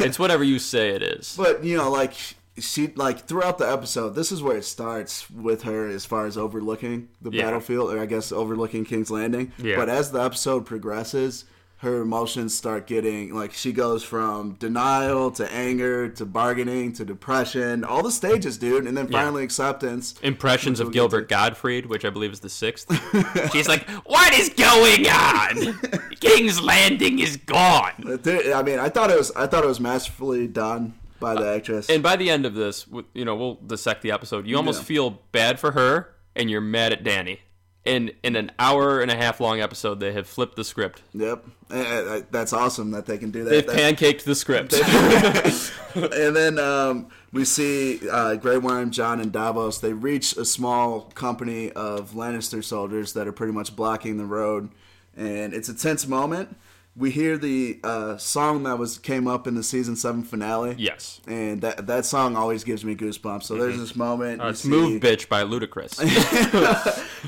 [SPEAKER 1] it's whatever you say it is.
[SPEAKER 2] But you know, like she like throughout the episode, this is where it starts with her as far as overlooking the
[SPEAKER 1] Yeah.
[SPEAKER 2] battlefield, or I guess overlooking King's Landing.
[SPEAKER 1] Yeah.
[SPEAKER 2] But as the episode progresses, her emotions start getting like she goes from denial to anger to bargaining to depression, all the stages, dude, and then finally acceptance.
[SPEAKER 1] Impressions of Gilbert Gottfried, which I believe is the sixth. She's like, "What is going on? King's Landing is gone."
[SPEAKER 2] But there- I mean, I thought it was I thought it was masterfully done by the actress.
[SPEAKER 1] Uh, And by the end of this, w- you know, we'll dissect the episode. You almost
[SPEAKER 2] Yeah.
[SPEAKER 1] feel bad for her, and you're mad at Danny. And in an hour and a half long episode, they have flipped the script.
[SPEAKER 2] Yep, Eh, eh, eh, that's awesome that they can do that.
[SPEAKER 1] They've
[SPEAKER 2] That-
[SPEAKER 1] pancaked the script.
[SPEAKER 2] and then um, we see uh, Grey Worm, John, and Davos. They reach a small company of Lannister soldiers that are pretty much blocking the road, and it's a tense moment. We hear the uh, song that was came up in the season seven finale.
[SPEAKER 1] yes. Mm-hmm.
[SPEAKER 2] and that that song always gives me goosebumps. So there's this moment. you
[SPEAKER 1] Oh, It's
[SPEAKER 2] see-
[SPEAKER 1] Move Bitch by Ludacris.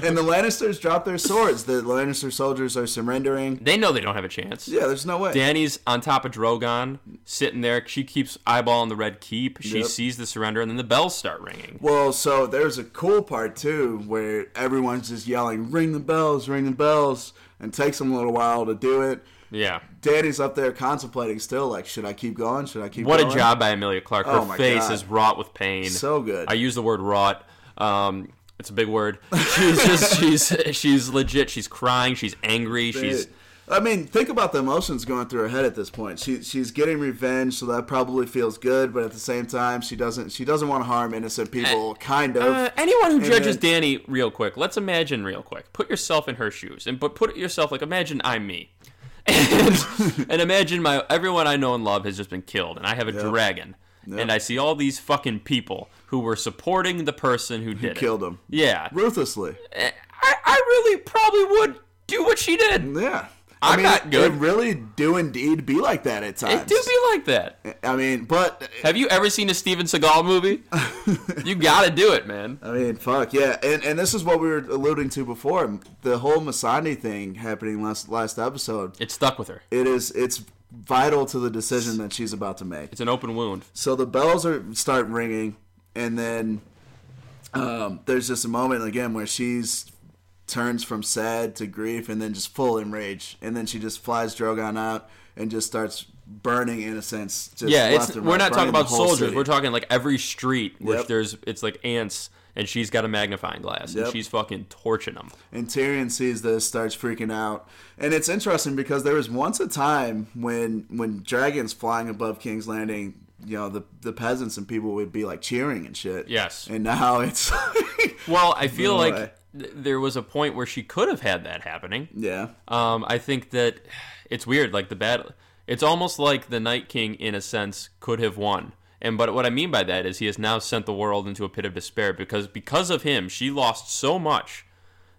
[SPEAKER 2] and the Lannisters drop their swords. The Lannister soldiers are surrendering.
[SPEAKER 1] they know they don't have a chance.
[SPEAKER 2] Yeah, there's no way.
[SPEAKER 1] Danny's on top of Drogon, sitting there. She keeps eyeballing the red keep. She
[SPEAKER 2] Yep.
[SPEAKER 1] sees the surrender, and then the bells start ringing.
[SPEAKER 2] Well, so there's a cool part too where everyone's just yelling, "Ring the bells, ring the bells," and it takes them a little while to do it.
[SPEAKER 1] Yeah.
[SPEAKER 2] Danny's up there contemplating still, like, should I keep going? Should I keep
[SPEAKER 1] What
[SPEAKER 2] going?
[SPEAKER 1] a job by Amelia Clark. Her
[SPEAKER 2] Oh my
[SPEAKER 1] face
[SPEAKER 2] God.
[SPEAKER 1] is wrought with pain.
[SPEAKER 2] So good.
[SPEAKER 1] I use the word wrought. Um, it's a big word. She's just she's she's legit. She's crying. She's angry. She's
[SPEAKER 2] I mean, think about the emotions going through her head at this point. She she's getting revenge, so that probably feels good, but at the same time, she doesn't she doesn't want to harm innocent people, kind of.
[SPEAKER 1] Eh. Uh, anyone who judges
[SPEAKER 2] then-
[SPEAKER 1] Danny real quick, let's imagine real quick. Put yourself in her shoes, and but put yourself like imagine I'm me, and, and imagine my everyone I know and love has just been killed, and I have a dragon, and I see all these fucking people who were supporting the person who did it.
[SPEAKER 2] killed him.
[SPEAKER 1] Yeah,
[SPEAKER 2] Ruthlessly.
[SPEAKER 1] I, I really probably would do what she did.
[SPEAKER 2] Yeah.
[SPEAKER 1] I'm
[SPEAKER 2] mean,
[SPEAKER 1] not good.
[SPEAKER 2] They really do indeed be like that at times.
[SPEAKER 1] It do be like that.
[SPEAKER 2] I mean, but
[SPEAKER 1] Have you ever seen a Steven Seagal movie? you gotta do it, man.
[SPEAKER 2] I mean, fuck yeah, and and this is what we were alluding to before the whole Masani thing happening last last episode.
[SPEAKER 1] It stuck with her.
[SPEAKER 2] It is it's vital to the decision that she's about to make.
[SPEAKER 1] It's an open wound.
[SPEAKER 2] So the bells are start ringing, and then um, there's just a moment again where she's turns from sad to grief, and then just full in rage, and then she just flies Drogon out and just starts burning innocents. Just
[SPEAKER 1] Yeah,
[SPEAKER 2] left
[SPEAKER 1] it's,
[SPEAKER 2] and
[SPEAKER 1] we're
[SPEAKER 2] right,
[SPEAKER 1] not talking
[SPEAKER 2] burning the
[SPEAKER 1] about
[SPEAKER 2] whole
[SPEAKER 1] soldiers.
[SPEAKER 2] city.
[SPEAKER 1] We're talking like every street, which
[SPEAKER 2] Yep.
[SPEAKER 1] there's it's like ants, and she's got a magnifying glass, and
[SPEAKER 2] Yep.
[SPEAKER 1] she's fucking torching them.
[SPEAKER 2] And Tyrion sees this, starts freaking out. And it's interesting because there was once a time when when dragons flying above King's Landing, you know, the the peasants and people would be like cheering and shit.
[SPEAKER 1] Yes.
[SPEAKER 2] And now it's like
[SPEAKER 1] Well, I feel
[SPEAKER 2] No
[SPEAKER 1] like
[SPEAKER 2] way.
[SPEAKER 1] th- there was a point where she could have had that happening.
[SPEAKER 2] Yeah.
[SPEAKER 1] Um, I think that it's weird. Like the battle, it's almost like the Night King, in a sense, could have won. And but what I mean by that is he has now sent the world into a pit of despair because because of him, she lost so much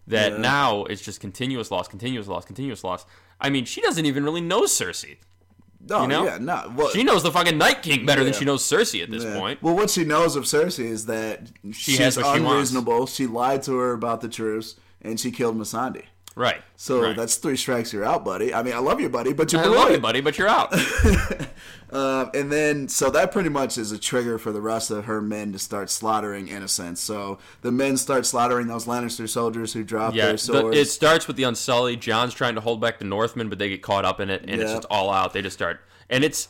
[SPEAKER 1] that now it's just continuous loss, continuous loss, continuous loss. I mean, she doesn't even really know Cersei.
[SPEAKER 2] No,
[SPEAKER 1] know?
[SPEAKER 2] yeah, no. Well,
[SPEAKER 1] She knows the fucking Night King better than
[SPEAKER 2] Yeah.
[SPEAKER 1] she knows Cersei at this
[SPEAKER 2] yeah.
[SPEAKER 1] point.
[SPEAKER 2] Well, what she knows of Cersei is that she's
[SPEAKER 1] has what she wants.
[SPEAKER 2] unreasonable. She lied to her about the truce and she killed Masandi.
[SPEAKER 1] Right.
[SPEAKER 2] So
[SPEAKER 1] right.
[SPEAKER 2] that's three strikes you're out, buddy. I mean, I love you, buddy, but you're
[SPEAKER 1] I love you, buddy, but you're out.
[SPEAKER 2] Um, and then, so that pretty much is a trigger for the rest of her men to start slaughtering innocents. So the men start slaughtering those Lannister soldiers who drop
[SPEAKER 1] Yeah,
[SPEAKER 2] their
[SPEAKER 1] the-
[SPEAKER 2] swords.
[SPEAKER 1] it starts with the Unsullied. John's trying to hold back the Northmen, but they get caught up in it, and it's
[SPEAKER 2] Yeah.
[SPEAKER 1] just all out. They just start, and it's,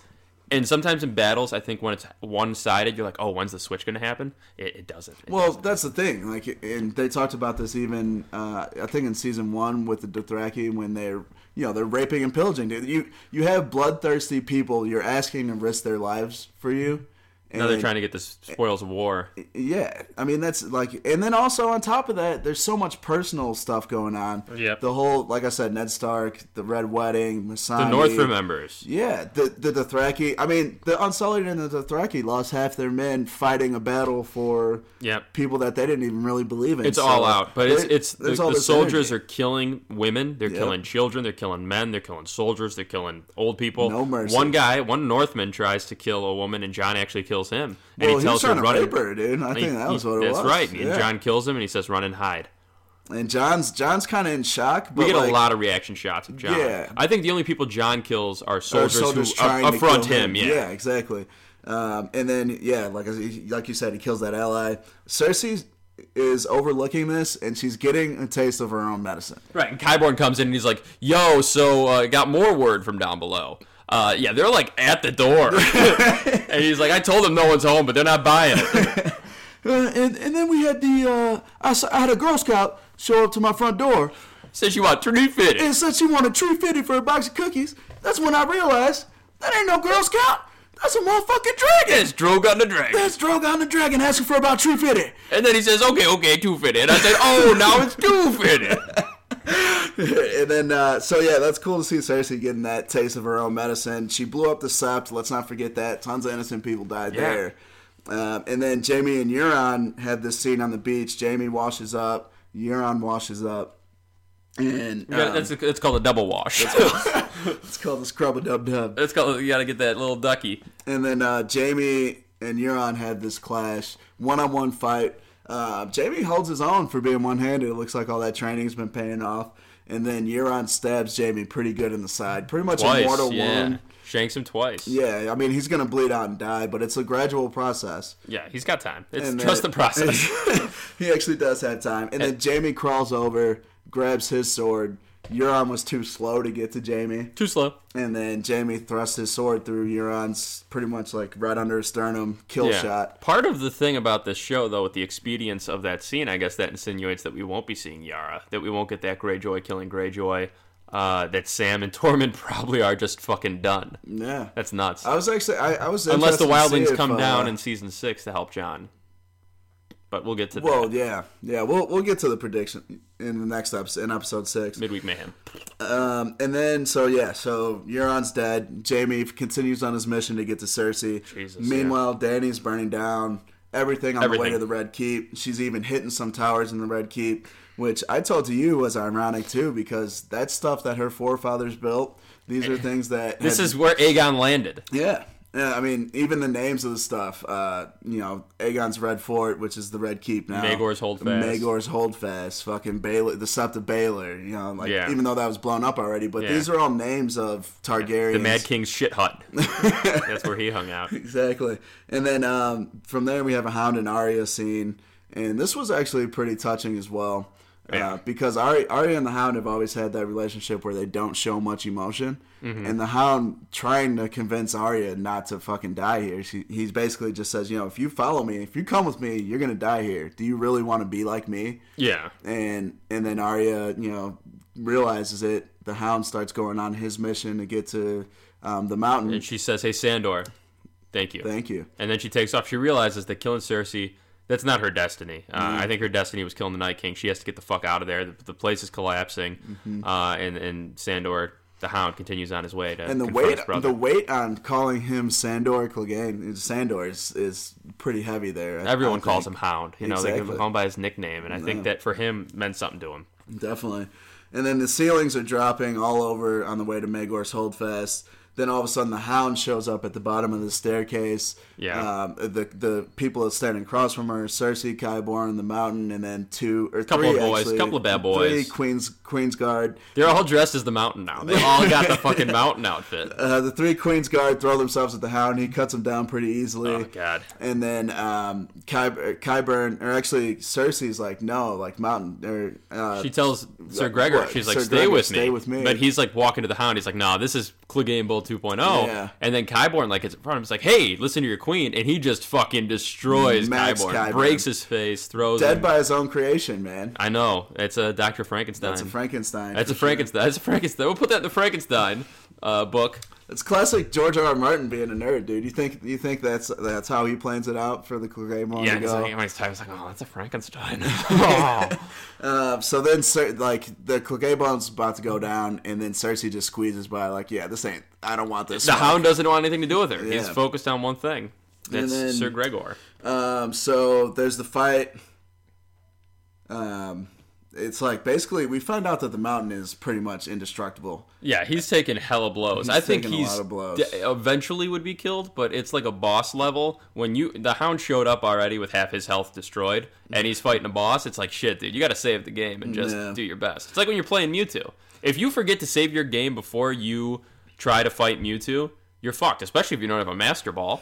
[SPEAKER 1] and sometimes in battles, I think when it's one sided, you're like, oh, when's the switch going to happen? It, it doesn't. It
[SPEAKER 2] well, that's the thing. Like, and they talked about this even, uh, I think, in season one with the Dothraki when they're, you know, they're raping and pillaging. Dude, you you have bloodthirsty people. You're asking to risk their lives for you. And
[SPEAKER 1] now they're trying to get the s- spoils of war.
[SPEAKER 2] Yeah, I mean that's like, and then also on top of that, there's so much personal stuff going on.
[SPEAKER 1] Yep.
[SPEAKER 2] The whole, like I said, Ned Stark, the Red Wedding, Masani,
[SPEAKER 1] The North remembers.
[SPEAKER 2] Yeah, the the Dothraki. I mean, the Unsullied and the Dothraki lost half their men fighting a battle for
[SPEAKER 1] Yep.
[SPEAKER 2] people that they didn't even really believe in.
[SPEAKER 1] It's all out, but it's,
[SPEAKER 2] there-
[SPEAKER 1] it's the,
[SPEAKER 2] there's all
[SPEAKER 1] the
[SPEAKER 2] this
[SPEAKER 1] soldiers
[SPEAKER 2] energy.
[SPEAKER 1] are killing women, they're killing children, they're killing men, they're killing soldiers, they're killing old people.
[SPEAKER 2] No mercy.
[SPEAKER 1] One guy, one Northman tries to kill a woman, and John actually kills kills him, and he
[SPEAKER 2] Well, he was
[SPEAKER 1] tells her
[SPEAKER 2] trying to
[SPEAKER 1] running.
[SPEAKER 2] rape her, dude. I think that was what it
[SPEAKER 1] that's
[SPEAKER 2] was.
[SPEAKER 1] right. And
[SPEAKER 2] Yeah.
[SPEAKER 1] John kills him, and he says, "Run and hide."
[SPEAKER 2] And John's John's kind of in shock. But
[SPEAKER 1] We get
[SPEAKER 2] like,
[SPEAKER 1] a lot of reaction shots of John.
[SPEAKER 2] Yeah.
[SPEAKER 1] I think the only people John kills are
[SPEAKER 2] our
[SPEAKER 1] soldiers,
[SPEAKER 2] soldiers
[SPEAKER 1] who up,
[SPEAKER 2] Oh, trying to
[SPEAKER 1] affront
[SPEAKER 2] kill
[SPEAKER 1] him. Yeah.
[SPEAKER 2] exactly. Um, and then yeah, like I- like you said, he kills that ally. Cersei is overlooking this, and she's getting a taste of her own medicine.
[SPEAKER 1] Right. And Kyborn comes in and he's like, "Yo, so uh, got more word from down below." Uh, yeah, they're like at the door, and he's like, "I told them no one's home, but they're not buying it."
[SPEAKER 2] Uh, and and then we had the uh, I, saw, I had a Girl Scout show up to my front door
[SPEAKER 1] Says you want tree fitted.
[SPEAKER 2] and said she wanted tree fitted for a box of cookies. That's when I realized that ain't no Girl Scout. That's a motherfucking dragon.
[SPEAKER 1] It's Drogon the Dragon.
[SPEAKER 2] That's Drogon the dragon asking for about tree fitted.
[SPEAKER 1] And then he says, okay, okay, two fitted. And I said, oh, now it's two fitted.
[SPEAKER 2] and then uh, so yeah, that's cool to see Cersei getting that taste of her own medicine. She blew up the Sept. Let's not forget that. Tons of innocent people died
[SPEAKER 1] Yeah.
[SPEAKER 2] there. Um, and then Jamie and Euron had this scene on the beach. Jamie washes up. Euron washes up. And um,
[SPEAKER 1] that's, it's called a double wash.
[SPEAKER 2] it's called the scrub a dub dub.
[SPEAKER 1] That's called, you gotta get that little ducky.
[SPEAKER 2] And then uh, Jamie and Euron had this clash, one on one fight. Uh, Jamie holds his own for being one handed. It looks like all that training's been paying off. And then Euron stabs Jamie pretty good in the side, pretty much a
[SPEAKER 1] Twice,
[SPEAKER 2] mortal
[SPEAKER 1] yeah.
[SPEAKER 2] wound.
[SPEAKER 1] Shanks him twice. Yeah,
[SPEAKER 2] Yeah, I mean he's gonna bleed out and die, but it's a gradual process.
[SPEAKER 1] he's got time. It's
[SPEAKER 2] And
[SPEAKER 1] trust
[SPEAKER 2] then-
[SPEAKER 1] the process.
[SPEAKER 2] he actually does have time, and then Jamie crawls over, grabs his sword. Euron was too slow to get to Jamie,
[SPEAKER 1] Too slow.
[SPEAKER 2] and then Jamie thrusts his sword through Euron's pretty much like right under his sternum, kill
[SPEAKER 1] Yeah.
[SPEAKER 2] shot.
[SPEAKER 1] Part of the thing about this show, though, with the expedience of that scene, I guess that insinuates that we won't be seeing Yara, that we won't get that Greyjoy killing Greyjoy, uh, that Sam and Tormund probably are just fucking done.
[SPEAKER 2] Yeah,
[SPEAKER 1] That's nuts.
[SPEAKER 2] I was actually I, I was
[SPEAKER 1] Unless the
[SPEAKER 2] interested to see
[SPEAKER 1] Wildlings
[SPEAKER 2] if,
[SPEAKER 1] come
[SPEAKER 2] uh,
[SPEAKER 1] down in season six to help John. But we'll get to that.
[SPEAKER 2] Well, yeah, yeah. We'll we'll get to the prediction in the next episode, in episode six.
[SPEAKER 1] Midweek Mayhem.
[SPEAKER 2] Um, and then so yeah, so Euron's dead. Jamie continues on his mission to get to Cersei.
[SPEAKER 1] Jesus,
[SPEAKER 2] Meanwhile, Danny's burning down everything on the way
[SPEAKER 1] Everything.
[SPEAKER 2] to the Red Keep. She's even hitting some towers in the Red Keep, which I told you was ironic too, because that's stuff that her forefathers built. These are things that
[SPEAKER 1] Eh, This
[SPEAKER 2] had-
[SPEAKER 1] is where Aegon landed.
[SPEAKER 2] yeah. Yeah, I mean, even the names of the stuff. Uh, you know, Aegon's Red Fort, which is the Red Keep now.
[SPEAKER 1] Maegor's Holdfast.
[SPEAKER 2] Magor's Holdfast. Fucking Baylor, the Sept of Baylor. You know, like
[SPEAKER 1] Yeah.
[SPEAKER 2] even though that was blown up already, but
[SPEAKER 1] Yeah.
[SPEAKER 2] these are all names of Targaryens.
[SPEAKER 1] The Mad King's shit hut. That's where he hung out.
[SPEAKER 2] Exactly. And then um, from there we have a Hound and Arya scene, and this was actually pretty touching as well. Uh,
[SPEAKER 1] Yeah.
[SPEAKER 2] because Arya, Arya and the Hound have always had that relationship where they don't show much emotion, and the Hound trying to convince Arya not to fucking die here. She, he's basically just says, you know, if you follow me, if you come with me, you're gonna die here. Do you really want to be like me?
[SPEAKER 1] Yeah.
[SPEAKER 2] and and then Arya, you know, realizes it. The Hound starts going on his mission to get to um, the mountain.
[SPEAKER 1] And she says, Hey, Sandor, thank you.
[SPEAKER 2] Thank you.
[SPEAKER 1] And then she takes off. She realizes that killing Cersei, that's not her destiny. Uh,
[SPEAKER 2] Mm-hmm.
[SPEAKER 1] I think her destiny was killing the Night King. She has to get the fuck out of there. The, the place is collapsing.
[SPEAKER 2] Mm-hmm.
[SPEAKER 1] Uh, and, and Sandor, the hound, continues on his way to
[SPEAKER 2] And the
[SPEAKER 1] confront
[SPEAKER 2] weight,
[SPEAKER 1] his brother.
[SPEAKER 2] the weight on calling him Sandor Clegane, Sandor is, is pretty heavy there. I-
[SPEAKER 1] Everyone
[SPEAKER 2] I
[SPEAKER 1] calls him
[SPEAKER 2] think.
[SPEAKER 1] Hound. You know, they
[SPEAKER 2] Exactly.
[SPEAKER 1] call him by his nickname, and I think that for him meant something to him.
[SPEAKER 2] definitely. And then the ceilings are dropping all over on the way to Magor's Holdfest. Then all of a sudden, the Hound shows up at the bottom of the staircase.
[SPEAKER 1] Yeah.
[SPEAKER 2] Um, the the people that standing across from her, Cersei, Kyborn, the Mountain, and then two or
[SPEAKER 1] Couple
[SPEAKER 2] three
[SPEAKER 1] of boys,
[SPEAKER 2] actually,
[SPEAKER 1] couple of bad
[SPEAKER 2] Three
[SPEAKER 1] boys.
[SPEAKER 2] Queens Queensguard.
[SPEAKER 1] They're all dressed as the Mountain now. They all got the fucking Mountain outfit.
[SPEAKER 2] Uh, the three Queens Guard throw themselves at the Hound. He cuts them down pretty easily.
[SPEAKER 1] Oh God.
[SPEAKER 2] And then um, Ky- uh, Kyburn, or actually Cersei's like, no, like Mountain, or uh,
[SPEAKER 1] She tells Sir
[SPEAKER 2] Like,
[SPEAKER 1] Gregor,
[SPEAKER 2] what?
[SPEAKER 1] she's like,
[SPEAKER 2] Sir
[SPEAKER 1] stay,
[SPEAKER 2] Gregor,
[SPEAKER 1] with
[SPEAKER 2] stay
[SPEAKER 1] me.
[SPEAKER 2] with me.
[SPEAKER 1] But he's like walking to the hound. He's like, nah, this is Clegane Bowl 2.0.
[SPEAKER 2] Yeah.
[SPEAKER 1] oh." And then Kyborn, like, it's in front of him. He's like, hey, listen to your queen. And he just fucking destroys
[SPEAKER 2] Max
[SPEAKER 1] Kyborn,
[SPEAKER 2] Qyburn.
[SPEAKER 1] breaks his face, throws
[SPEAKER 2] dead
[SPEAKER 1] him.
[SPEAKER 2] by his own creation, man.
[SPEAKER 1] I know. It's a Dr. Frankenstein.
[SPEAKER 2] That's a Frankenstein.
[SPEAKER 1] That's a
[SPEAKER 2] for sure.
[SPEAKER 1] Frankenstein. That's a Frankenstein. We'll put that in the Frankenstein uh, book.
[SPEAKER 2] It's classic George R. R. Martin being a nerd, dude. You think you think that's that's how he plans it out for the Clegane
[SPEAKER 1] Yeah,
[SPEAKER 2] to
[SPEAKER 1] because
[SPEAKER 2] go?
[SPEAKER 1] like, everybody's tired. It's like, oh, that's a Frankenstein. Oh.
[SPEAKER 2] Uh, so then, Cer- like the Clegane's about to go down, and then Cersei just squeezes by, like, yeah, this ain't. I don't want this.
[SPEAKER 1] the hound doesn't want anything to do with her. He's
[SPEAKER 2] Yeah.
[SPEAKER 1] focused on one thing. That's
[SPEAKER 2] then-
[SPEAKER 1] Sir Gregor.
[SPEAKER 2] Um, so there's the fight. Um, it's like basically we found out that the mountain is pretty much indestructible.
[SPEAKER 1] Yeah, he's taken hella blows. I think
[SPEAKER 2] taken a
[SPEAKER 1] he's
[SPEAKER 2] lot of blows.
[SPEAKER 1] d- eventually would be killed, but it's like a boss level. When you the hound showed up already with half his health destroyed, and he's fighting a boss, it's like shit, dude. You got to save the game and just
[SPEAKER 2] Yeah.
[SPEAKER 1] do your best. It's like when you're playing Mewtwo. If you forget to save your game before you try to fight Mewtwo, you're fucked. Especially if you don't have a Master Ball.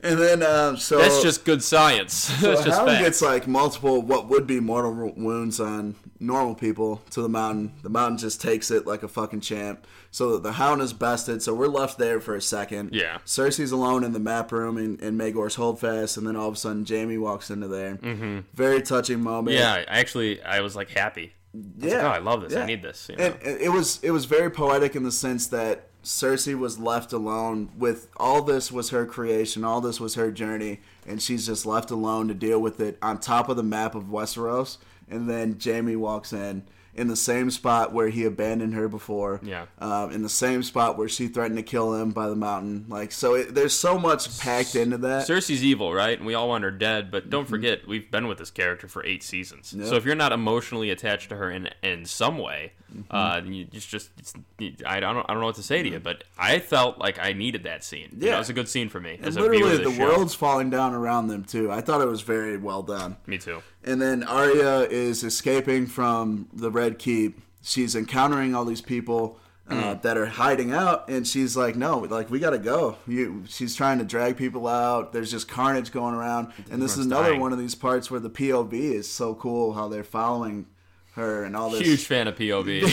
[SPEAKER 2] And then um, so
[SPEAKER 1] That's just good science. That's
[SPEAKER 2] So
[SPEAKER 1] just
[SPEAKER 2] Hound
[SPEAKER 1] fact.
[SPEAKER 2] gets like multiple what would be mortal wo- wounds on normal people to the mountain. The mountain just takes it like a fucking champ. So the Hound is bested. So we're left there for a second.
[SPEAKER 1] Yeah.
[SPEAKER 2] Cersei's alone in the map room in, in Magor's holdfast, and then all of a sudden Jamie walks into there. Mm-hmm. Very touching moment.
[SPEAKER 1] yeah, I actually, I was like happy. I was like,
[SPEAKER 2] Yeah.
[SPEAKER 1] oh, I love this.
[SPEAKER 2] Yeah.
[SPEAKER 1] I need this. You know?
[SPEAKER 2] And and it was it was very poetic in the sense that Cersei was left alone with all this was her creation, all this was her journey, and she's just left alone to deal with it on top of the map of Westeros. And then Jamie walks in in the same spot where he abandoned her before.
[SPEAKER 1] Yeah.
[SPEAKER 2] Um, in the same spot where she threatened to kill him by the mountain. Like so, it, there's so much packed into that.
[SPEAKER 1] Cersei's evil, right? And we all want her dead, but don't forget, we've been with this character for eight seasons. So if you're not emotionally attached to her in in some way, uh, then you just just it's, I don't I don't know what to say to you, but I felt like I needed that scene. Yeah,
[SPEAKER 2] Yeah.
[SPEAKER 1] it was a good scene for me as a viewer
[SPEAKER 2] Literally,
[SPEAKER 1] of
[SPEAKER 2] the
[SPEAKER 1] this show.
[SPEAKER 2] world's falling down around them too. I thought it was very well done.
[SPEAKER 1] Me too.
[SPEAKER 2] And then Arya is escaping from the Red Keep. She's encountering all these people uh, that are hiding out, and she's like, "No, like we gotta go." You, she's trying to drag people out. There's just carnage going around, and this is
[SPEAKER 1] Everyone's
[SPEAKER 2] another
[SPEAKER 1] dying.
[SPEAKER 2] one of these parts where the POV is so cool. How they're following her and all this.
[SPEAKER 1] Huge fan of POV.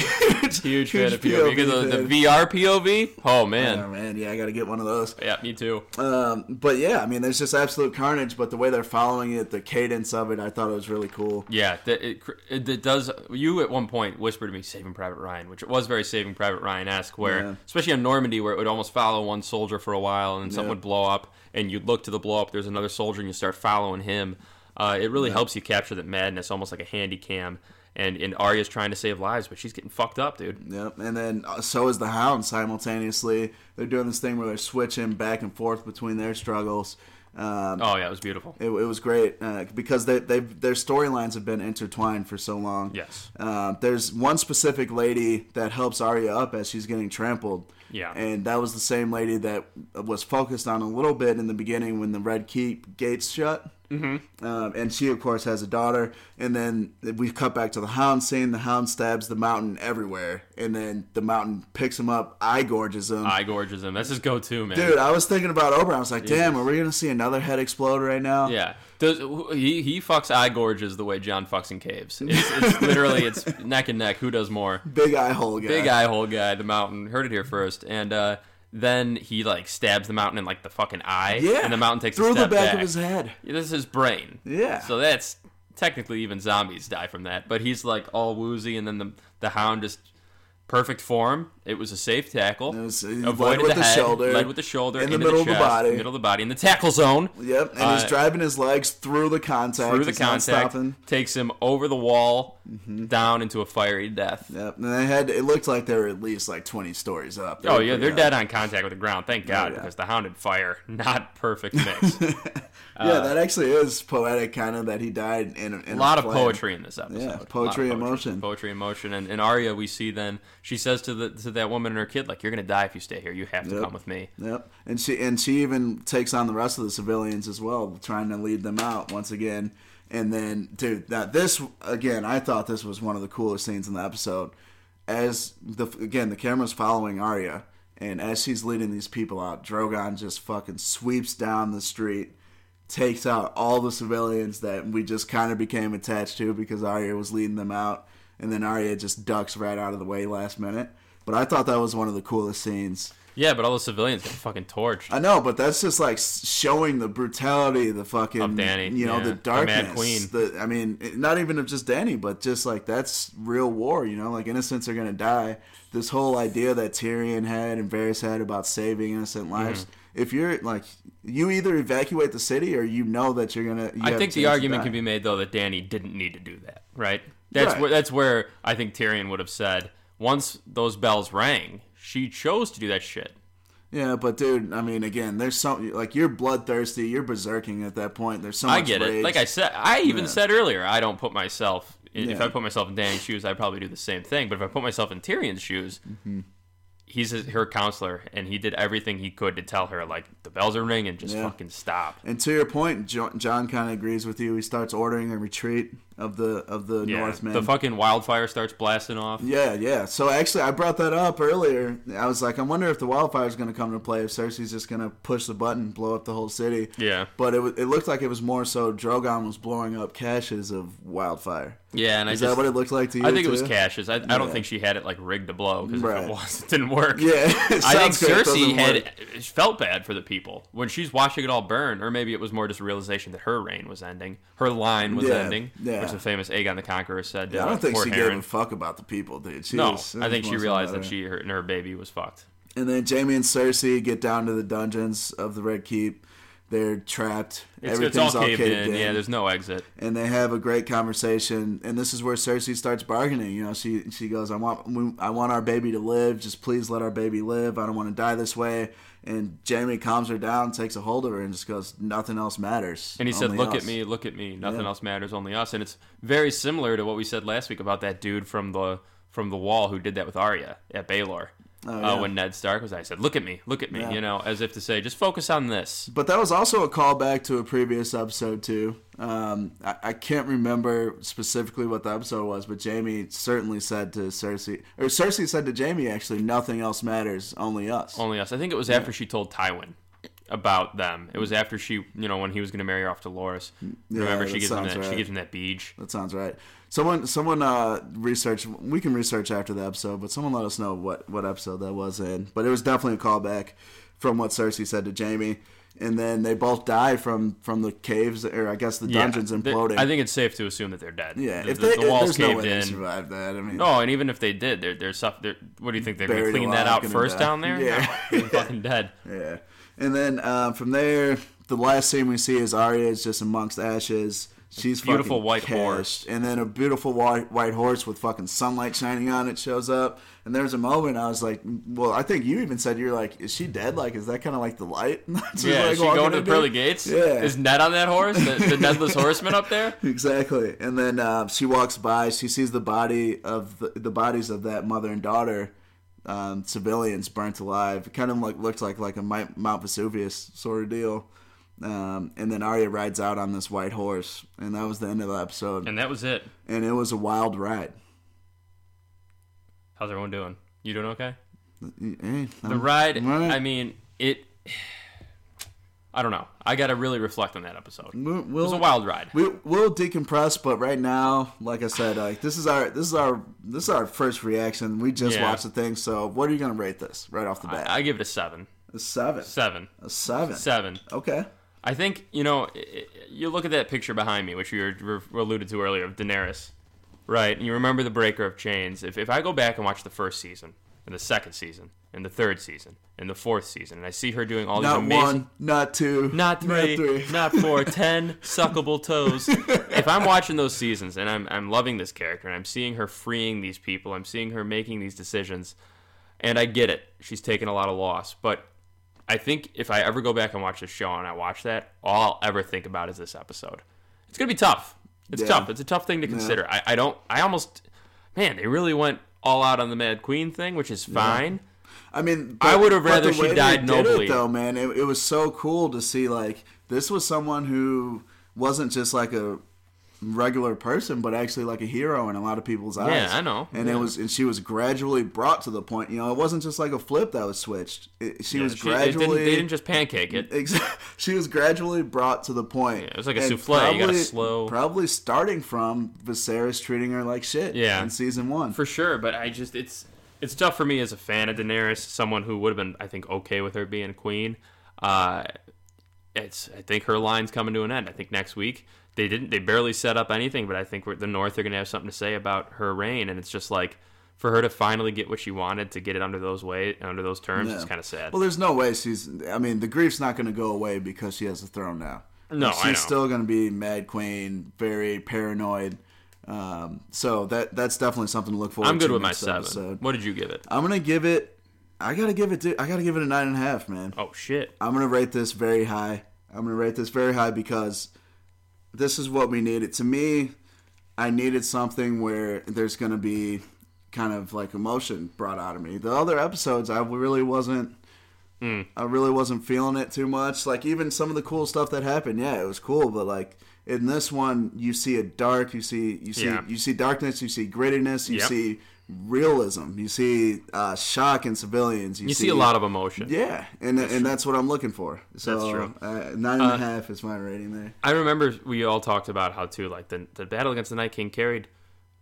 [SPEAKER 1] huge, fan
[SPEAKER 2] huge
[SPEAKER 1] of POV. because
[SPEAKER 2] POV
[SPEAKER 1] the, the
[SPEAKER 2] fan.
[SPEAKER 1] VR POV. Oh
[SPEAKER 2] Oh,
[SPEAKER 1] man.
[SPEAKER 2] man, yeah, I gotta get one of those.
[SPEAKER 1] Yeah, me too.
[SPEAKER 2] Um, but yeah, I mean, there's just absolute carnage. But the way they're following it, the cadence of it, I thought it was really cool.
[SPEAKER 1] Yeah, that it, cr- it, that does. You at one point whispered to me "Saving Private Ryan," which it was very Saving Private Ryan esque, where
[SPEAKER 2] Yeah.
[SPEAKER 1] especially on Normandy, where it would almost follow one soldier for a while, and then something
[SPEAKER 2] Yeah.
[SPEAKER 1] would blow up, and you'd look to the blow up. There's another soldier, and you start following him. Uh, it really helps you capture that madness, almost like a handy cam. And and Arya's trying to save lives, but she's getting fucked up, dude.
[SPEAKER 2] Yep, and then uh, so is the Hound simultaneously. They're doing this thing where they're switching back and forth between their struggles. Um,
[SPEAKER 1] Oh yeah, it was beautiful.
[SPEAKER 2] it, it was great uh, because they, they their storylines have been intertwined for so long.
[SPEAKER 1] Yes.
[SPEAKER 2] Uh, there's one specific lady that helps Arya up as she's getting trampled.
[SPEAKER 1] Yeah.
[SPEAKER 2] And that was the same lady that was focused on a little bit in the beginning when the Red Keep gates shut. Mm-hmm. Um, and she, of course, has a daughter. And then we cut back to the hound scene. The hound stabs the mountain everywhere. And then the mountain picks him up, eye gorges him.
[SPEAKER 1] Eye gorges him. That's his go-to, man.
[SPEAKER 2] Dude, I was thinking about Oberon. I was like, damn, are we going to see another head explode right now?
[SPEAKER 1] Yeah, Does, he he fucks eye gorges the way John fucks in caves. It's, it's literally it's neck and neck. Who does more?
[SPEAKER 2] Big eye hole guy.
[SPEAKER 1] big eye hole guy, the mountain, heard it here first, and uh, then he like stabs the mountain in like the fucking eye,
[SPEAKER 2] Yeah.
[SPEAKER 1] and the mountain takes
[SPEAKER 2] through
[SPEAKER 1] a step
[SPEAKER 2] the back,
[SPEAKER 1] back
[SPEAKER 2] of his head.
[SPEAKER 1] Yeah, This is his brain,
[SPEAKER 2] Yeah.
[SPEAKER 1] So that's technically even zombies die from that, but he's like all woozy, and then the the hound just perfect form. It was a safe tackle.
[SPEAKER 2] It was- he led
[SPEAKER 1] Avoided
[SPEAKER 2] with
[SPEAKER 1] the,
[SPEAKER 2] the
[SPEAKER 1] head,
[SPEAKER 2] shoulder,
[SPEAKER 1] led with the shoulder,
[SPEAKER 2] in the
[SPEAKER 1] into
[SPEAKER 2] middle of the
[SPEAKER 1] chest,
[SPEAKER 2] body.
[SPEAKER 1] middle of the body, in the tackle zone.
[SPEAKER 2] Yep, and
[SPEAKER 1] Uh,
[SPEAKER 2] he's driving his legs through the contact.
[SPEAKER 1] Through the
[SPEAKER 2] He's not
[SPEAKER 1] contact,
[SPEAKER 2] stopping.
[SPEAKER 1] takes him over the wall,
[SPEAKER 2] Mm-hmm.
[SPEAKER 1] down into a fiery death.
[SPEAKER 2] Yep, and they had. It looked like they were at least like twenty stories up. They
[SPEAKER 1] Oh
[SPEAKER 2] were
[SPEAKER 1] yeah,
[SPEAKER 2] pretty
[SPEAKER 1] they're
[SPEAKER 2] high.
[SPEAKER 1] dead on contact with the ground. Thank God,
[SPEAKER 2] yeah.
[SPEAKER 1] because the hounded fire not perfect mix. a
[SPEAKER 2] Yeah, that actually is poetic, kind of that he died in. a- in
[SPEAKER 1] Uh, lot of
[SPEAKER 2] flame.
[SPEAKER 1] poetry in this episode.
[SPEAKER 2] Yeah,
[SPEAKER 1] A lot of
[SPEAKER 2] poetry in motion.
[SPEAKER 1] Poetry in motion, and, and Arya, we see then she says to the to that woman and her kid, like, "You're gonna die if you stay here. You have to
[SPEAKER 2] Yep.
[SPEAKER 1] come with me."
[SPEAKER 2] Yep, and she and she even takes on the rest of the civilians as well, trying to lead them out once again. And then, dude, that this again, I thought this was one of the coolest scenes in the episode. As the again, the camera's following Arya, and as she's leading these people out, Drogon just fucking sweeps down the street, takes out all the civilians that we just kind of became attached to because Arya was leading them out, and then Arya just ducks right out of the way last minute. But I thought that was one of the coolest scenes.
[SPEAKER 1] Yeah, but all the civilians get fucking torched.
[SPEAKER 2] I know, but that's just like s- showing the brutality, the fucking,
[SPEAKER 1] Of Dany,
[SPEAKER 2] you know,
[SPEAKER 1] yeah.
[SPEAKER 2] the
[SPEAKER 1] The Mad
[SPEAKER 2] darkness.
[SPEAKER 1] Queen.
[SPEAKER 2] the- I mean, it- not even of just Danny, but just like that's real war. You know, like innocents are gonna die. This whole idea that Tyrion had and Varys had about saving
[SPEAKER 1] Mm-hmm.
[SPEAKER 2] innocent lives. If you're like, you either evacuate the city or you know that you're gonna. You
[SPEAKER 1] I
[SPEAKER 2] have
[SPEAKER 1] think
[SPEAKER 2] a
[SPEAKER 1] the
[SPEAKER 2] chance to
[SPEAKER 1] argument
[SPEAKER 2] die.
[SPEAKER 1] can be made though that Danny didn't need to do that, right? That's
[SPEAKER 2] Right.
[SPEAKER 1] where that's where I think Tyrion would have said once those bells rang, she chose to do that shit.
[SPEAKER 2] Yeah, but dude, I mean, again, there's so like you're bloodthirsty, you're berserking at that point. There's so much
[SPEAKER 1] I get
[SPEAKER 2] rage.
[SPEAKER 1] it. Like I said, I even said earlier, I don't put myself I- If
[SPEAKER 2] Yeah.
[SPEAKER 1] I put myself in Danny's shoes, I'd probably do the same thing. But if I put myself in Tyrion's shoes, he's his, her counselor, and he did everything he could to tell her like the bells are ringing, just
[SPEAKER 2] Yeah.
[SPEAKER 1] fucking stop.
[SPEAKER 2] And to your point, John, John kind of agrees with you. He starts ordering a retreat of the of the
[SPEAKER 1] Yeah,
[SPEAKER 2] Northmen.
[SPEAKER 1] the fucking wildfire starts blasting off.
[SPEAKER 2] yeah, yeah. So actually, I brought that up earlier. I was like, I wonder if the wildfire is going to come into play if Cersei's just going to push the button, blow up the whole city.
[SPEAKER 1] Yeah.
[SPEAKER 2] But it, wa- it looked like it was more so Drogon was blowing up caches of wildfire.
[SPEAKER 1] Yeah, and I
[SPEAKER 2] Is
[SPEAKER 1] just
[SPEAKER 2] that what it looked like to you?
[SPEAKER 1] I think it
[SPEAKER 2] too?
[SPEAKER 1] was Cassius. I, I don't
[SPEAKER 2] Yeah.
[SPEAKER 1] think she had it like rigged to blow because if
[SPEAKER 2] Right.
[SPEAKER 1] it was, it didn't work.
[SPEAKER 2] Yeah, it
[SPEAKER 1] I think
[SPEAKER 2] sounds good, it
[SPEAKER 1] Cersei
[SPEAKER 2] doesn't
[SPEAKER 1] had
[SPEAKER 2] work.
[SPEAKER 1] it felt bad for the people when she's watching it all burn, or maybe it was more just a realization that her reign was ending, her line was
[SPEAKER 2] Yeah,
[SPEAKER 1] ending,
[SPEAKER 2] yeah.
[SPEAKER 1] which the famous Aegon the Conqueror said. To,
[SPEAKER 2] I
[SPEAKER 1] uh,
[SPEAKER 2] don't think
[SPEAKER 1] poor
[SPEAKER 2] she
[SPEAKER 1] Harren.
[SPEAKER 2] gave a fuck about the people, dude. She
[SPEAKER 1] No,
[SPEAKER 2] was-
[SPEAKER 1] I think she
[SPEAKER 2] wasn't
[SPEAKER 1] realized
[SPEAKER 2] about
[SPEAKER 1] that
[SPEAKER 2] it.
[SPEAKER 1] she her, and her baby was fucked.
[SPEAKER 2] And then Jamie and Cersei get down to the dungeons of the Red Keep. They're trapped.
[SPEAKER 1] It's, it's
[SPEAKER 2] Everything's
[SPEAKER 1] all caved, in. Yeah, there's no exit.
[SPEAKER 2] and they have a great conversation. And this is where Cersei starts bargaining. You know, she she goes, "I want we, I want our baby to live. Just please let our baby live. I don't want to die this way." And Jamie calms her down, takes a hold of her, and just goes, "Nothing else matters."
[SPEAKER 1] And he said,
[SPEAKER 2] only
[SPEAKER 1] "Look
[SPEAKER 2] us."
[SPEAKER 1] at me, look at me. Nothing
[SPEAKER 2] Yeah.
[SPEAKER 1] else matters, only us." And it's very similar to what we said last week about that dude from the from the wall who did that with Arya at Baylor.
[SPEAKER 2] Oh, yeah.
[SPEAKER 1] uh, when Ned Stark was, I said, "Look at me, look at me,"
[SPEAKER 2] Yeah.
[SPEAKER 1] you know, as if to say, "Just focus on this."
[SPEAKER 2] But that was also a callback to a previous episode too. Um, I, I can't remember specifically what the episode was, but Jamie certainly said to Cersei, or Cersei said to Jamie, actually, "Nothing else matters, only us."
[SPEAKER 1] Only us. I think it was after she told Tywin about them. It was after she, you know, when he was going to marry her off to Loras. Remember,
[SPEAKER 2] that
[SPEAKER 1] she gives him
[SPEAKER 2] sounds
[SPEAKER 1] that. She
[SPEAKER 2] right.
[SPEAKER 1] gives him that beach.
[SPEAKER 2] That sounds right. Someone, someone, uh, research. We can research after the episode, but someone let us know what what episode that was in. But it was definitely a callback from what Cersei said to Jamie. And then they both die from from the caves, or I guess the dungeons
[SPEAKER 1] Yeah. They-
[SPEAKER 2] imploding.
[SPEAKER 1] I think it's safe to assume that they're dead.
[SPEAKER 2] yeah,
[SPEAKER 1] the,
[SPEAKER 2] if
[SPEAKER 1] the-
[SPEAKER 2] they,
[SPEAKER 1] the walls
[SPEAKER 2] there's no
[SPEAKER 1] caved
[SPEAKER 2] way they
[SPEAKER 1] in.
[SPEAKER 2] survived that. I mean,
[SPEAKER 1] No, and even if they did, they're they're, suff- they're What do you think they're going to
[SPEAKER 2] Buried
[SPEAKER 1] clean that
[SPEAKER 2] alive,
[SPEAKER 1] out
[SPEAKER 2] gonna
[SPEAKER 1] first
[SPEAKER 2] die.
[SPEAKER 1] down there?
[SPEAKER 2] Yeah.
[SPEAKER 1] No, they're fucking dead.
[SPEAKER 2] Yeah. And then uh, from there, the last scene we see is Arya is just amongst ashes. She's
[SPEAKER 1] Beautiful
[SPEAKER 2] fucking
[SPEAKER 1] white
[SPEAKER 2] cashed.
[SPEAKER 1] horse.
[SPEAKER 2] and then a beautiful white, white horse with fucking sunlight shining on it shows up. And there's a moment I was like, well, I think you even said you're like, is she dead? Like, is that kind of like the light? She's
[SPEAKER 1] yeah,
[SPEAKER 2] like
[SPEAKER 1] she
[SPEAKER 2] walking
[SPEAKER 1] going to the
[SPEAKER 2] in
[SPEAKER 1] pearly
[SPEAKER 2] there?
[SPEAKER 1] gates.
[SPEAKER 2] Yeah.
[SPEAKER 1] Is Ned on that horse? The, the Nedless horseman up there?
[SPEAKER 2] Exactly. And then uh, she walks by. She sees the body of the, the bodies of that mother and daughter um, civilians burnt alive. It kind of like looked like like a Mi- Mount Vesuvius sort of deal. Um, and then Arya rides out on this white horse, and that was the end of the episode.
[SPEAKER 1] And that was it.
[SPEAKER 2] And it was a wild ride.
[SPEAKER 1] How's everyone doing? You doing okay?
[SPEAKER 2] Eh,
[SPEAKER 1] The
[SPEAKER 2] I'm-
[SPEAKER 1] ride.
[SPEAKER 2] Right.
[SPEAKER 1] I mean, it. I don't know. I got to really reflect on that episode. It
[SPEAKER 2] we'll,
[SPEAKER 1] was a wild ride.
[SPEAKER 2] We, we'll decompress, but right now, like I said, like this is our this is our this is our first reaction. We just
[SPEAKER 1] Yeah.
[SPEAKER 2] watched the thing, so what are you gonna rate this right off the bat?
[SPEAKER 1] I, I give it a seven.
[SPEAKER 2] a seven.
[SPEAKER 1] Seven.
[SPEAKER 2] A seven.
[SPEAKER 1] Seven.
[SPEAKER 2] Okay.
[SPEAKER 1] I think you know. i- i- You look at that picture behind me, which you were were alluded to earlier of Daenerys, right? And you remember the Breaker of Chains. If if I go back and watch the first season, and the second season, and the third season, and the fourth season, and I see her doing all these
[SPEAKER 2] Not
[SPEAKER 1] amazing,
[SPEAKER 2] one, not two,
[SPEAKER 1] not three, not four, ten suckable toes. If I'm watching those seasons and I'm I'm loving this character and I'm seeing her freeing these people, I'm seeing her making these decisions, and I get it. She's taken a lot of loss, but I think if I ever go back and watch this show and I watch that, all I'll ever think about is this episode. It's gonna be tough. It's
[SPEAKER 2] Yeah.
[SPEAKER 1] tough. It's a tough thing to consider. I, I don't. I almost, man, they really went all out on the Mad Queen thing, which is fine.
[SPEAKER 2] I mean,
[SPEAKER 1] I would've
[SPEAKER 2] but
[SPEAKER 1] rather
[SPEAKER 2] the
[SPEAKER 1] she
[SPEAKER 2] way they
[SPEAKER 1] died
[SPEAKER 2] did
[SPEAKER 1] nobly.
[SPEAKER 2] It, though, man, it, it was so cool to see. Like this was someone who wasn't just like a regular person, but actually like a hero in a lot of people's eyes.
[SPEAKER 1] Yeah, I know.
[SPEAKER 2] And
[SPEAKER 1] Yeah.
[SPEAKER 2] it was, and she was gradually brought to the point. You know, it wasn't just like a flip that was switched. It, she was
[SPEAKER 1] She- they didn't-
[SPEAKER 2] gradually.
[SPEAKER 1] they didn't just pancake it.
[SPEAKER 2] Exa- she was gradually brought to the point.
[SPEAKER 1] it was like a souffle. You gotta slow-
[SPEAKER 2] Probably starting from Viserys treating her like shit.
[SPEAKER 1] Yeah.
[SPEAKER 2] in season one.
[SPEAKER 1] for sure. But I just it's it's tough for me as a fan of Daenerys, someone who would have been I think okay with her being queen. Uh, it's I think her line's coming to an end. I think next week they didn't they barely set up anything, but I think we're, the North are going to have something to say about her reign, and it's just like for her to finally get what she wanted to get it under those way under those terms
[SPEAKER 2] Yeah.
[SPEAKER 1] is kind of sad.
[SPEAKER 2] Well, there's no way she's. I mean, the grief's not going to go away because she has a throne now.
[SPEAKER 1] No,
[SPEAKER 2] she's
[SPEAKER 1] I know.
[SPEAKER 2] still going to be Mad Queen, very paranoid. Um, so that that's definitely something to look forward.
[SPEAKER 1] I'm good
[SPEAKER 2] to
[SPEAKER 1] with my
[SPEAKER 2] next
[SPEAKER 1] seven.
[SPEAKER 2] episode.
[SPEAKER 1] What did you give it?
[SPEAKER 2] I'm gonna give it. I gotta give it. I gotta give it a nine and a half, man.
[SPEAKER 1] Oh shit!
[SPEAKER 2] I'm gonna rate this very high. I'm gonna rate this very high because this is what we needed. To me, I needed something where there's going to be kind of like emotion brought out of me. The other episodes, I really wasn't.
[SPEAKER 1] Hmm.
[SPEAKER 2] I really wasn't feeling it too much. Like even some of the cool stuff that happened, yeah, it was cool. But like in this one, you see a dark, you see you see
[SPEAKER 1] Yeah.
[SPEAKER 2] you see darkness, you see grittiness, you
[SPEAKER 1] Yep.
[SPEAKER 2] see realism, you see uh, shock in civilians.
[SPEAKER 1] You see a lot of emotion.
[SPEAKER 2] Yeah, and and that's what I'm looking for. So
[SPEAKER 1] That's true.
[SPEAKER 2] Uh, nine and a half is my rating there.
[SPEAKER 1] I remember we all talked about how too like the the battle against the Night King carried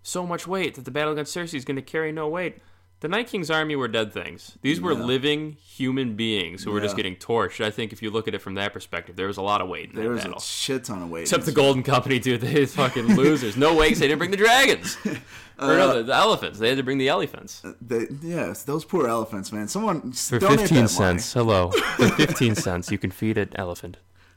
[SPEAKER 1] so much weight that the battle against Cersei is going to carry no weight. The Night King's army were dead things. These were living human beings who were just
[SPEAKER 2] Yeah.
[SPEAKER 1] getting torched. I think if you look at it from that perspective, there was a lot of weight in
[SPEAKER 2] There
[SPEAKER 1] that
[SPEAKER 2] was
[SPEAKER 1] battle.
[SPEAKER 2] a shit ton of weight.
[SPEAKER 1] Except the Golden Company, dude, they fucking losers. No way, 'cause they didn't bring the dragons. or
[SPEAKER 2] Uh,
[SPEAKER 1] no, the, the elephants. They had to bring the elephants.
[SPEAKER 2] They, yes, those poor elephants, man. Someone
[SPEAKER 1] For
[SPEAKER 2] Uh, donate that
[SPEAKER 1] 15
[SPEAKER 2] money.
[SPEAKER 1] cents. Hello. For 15 cents, you can feed an elephant.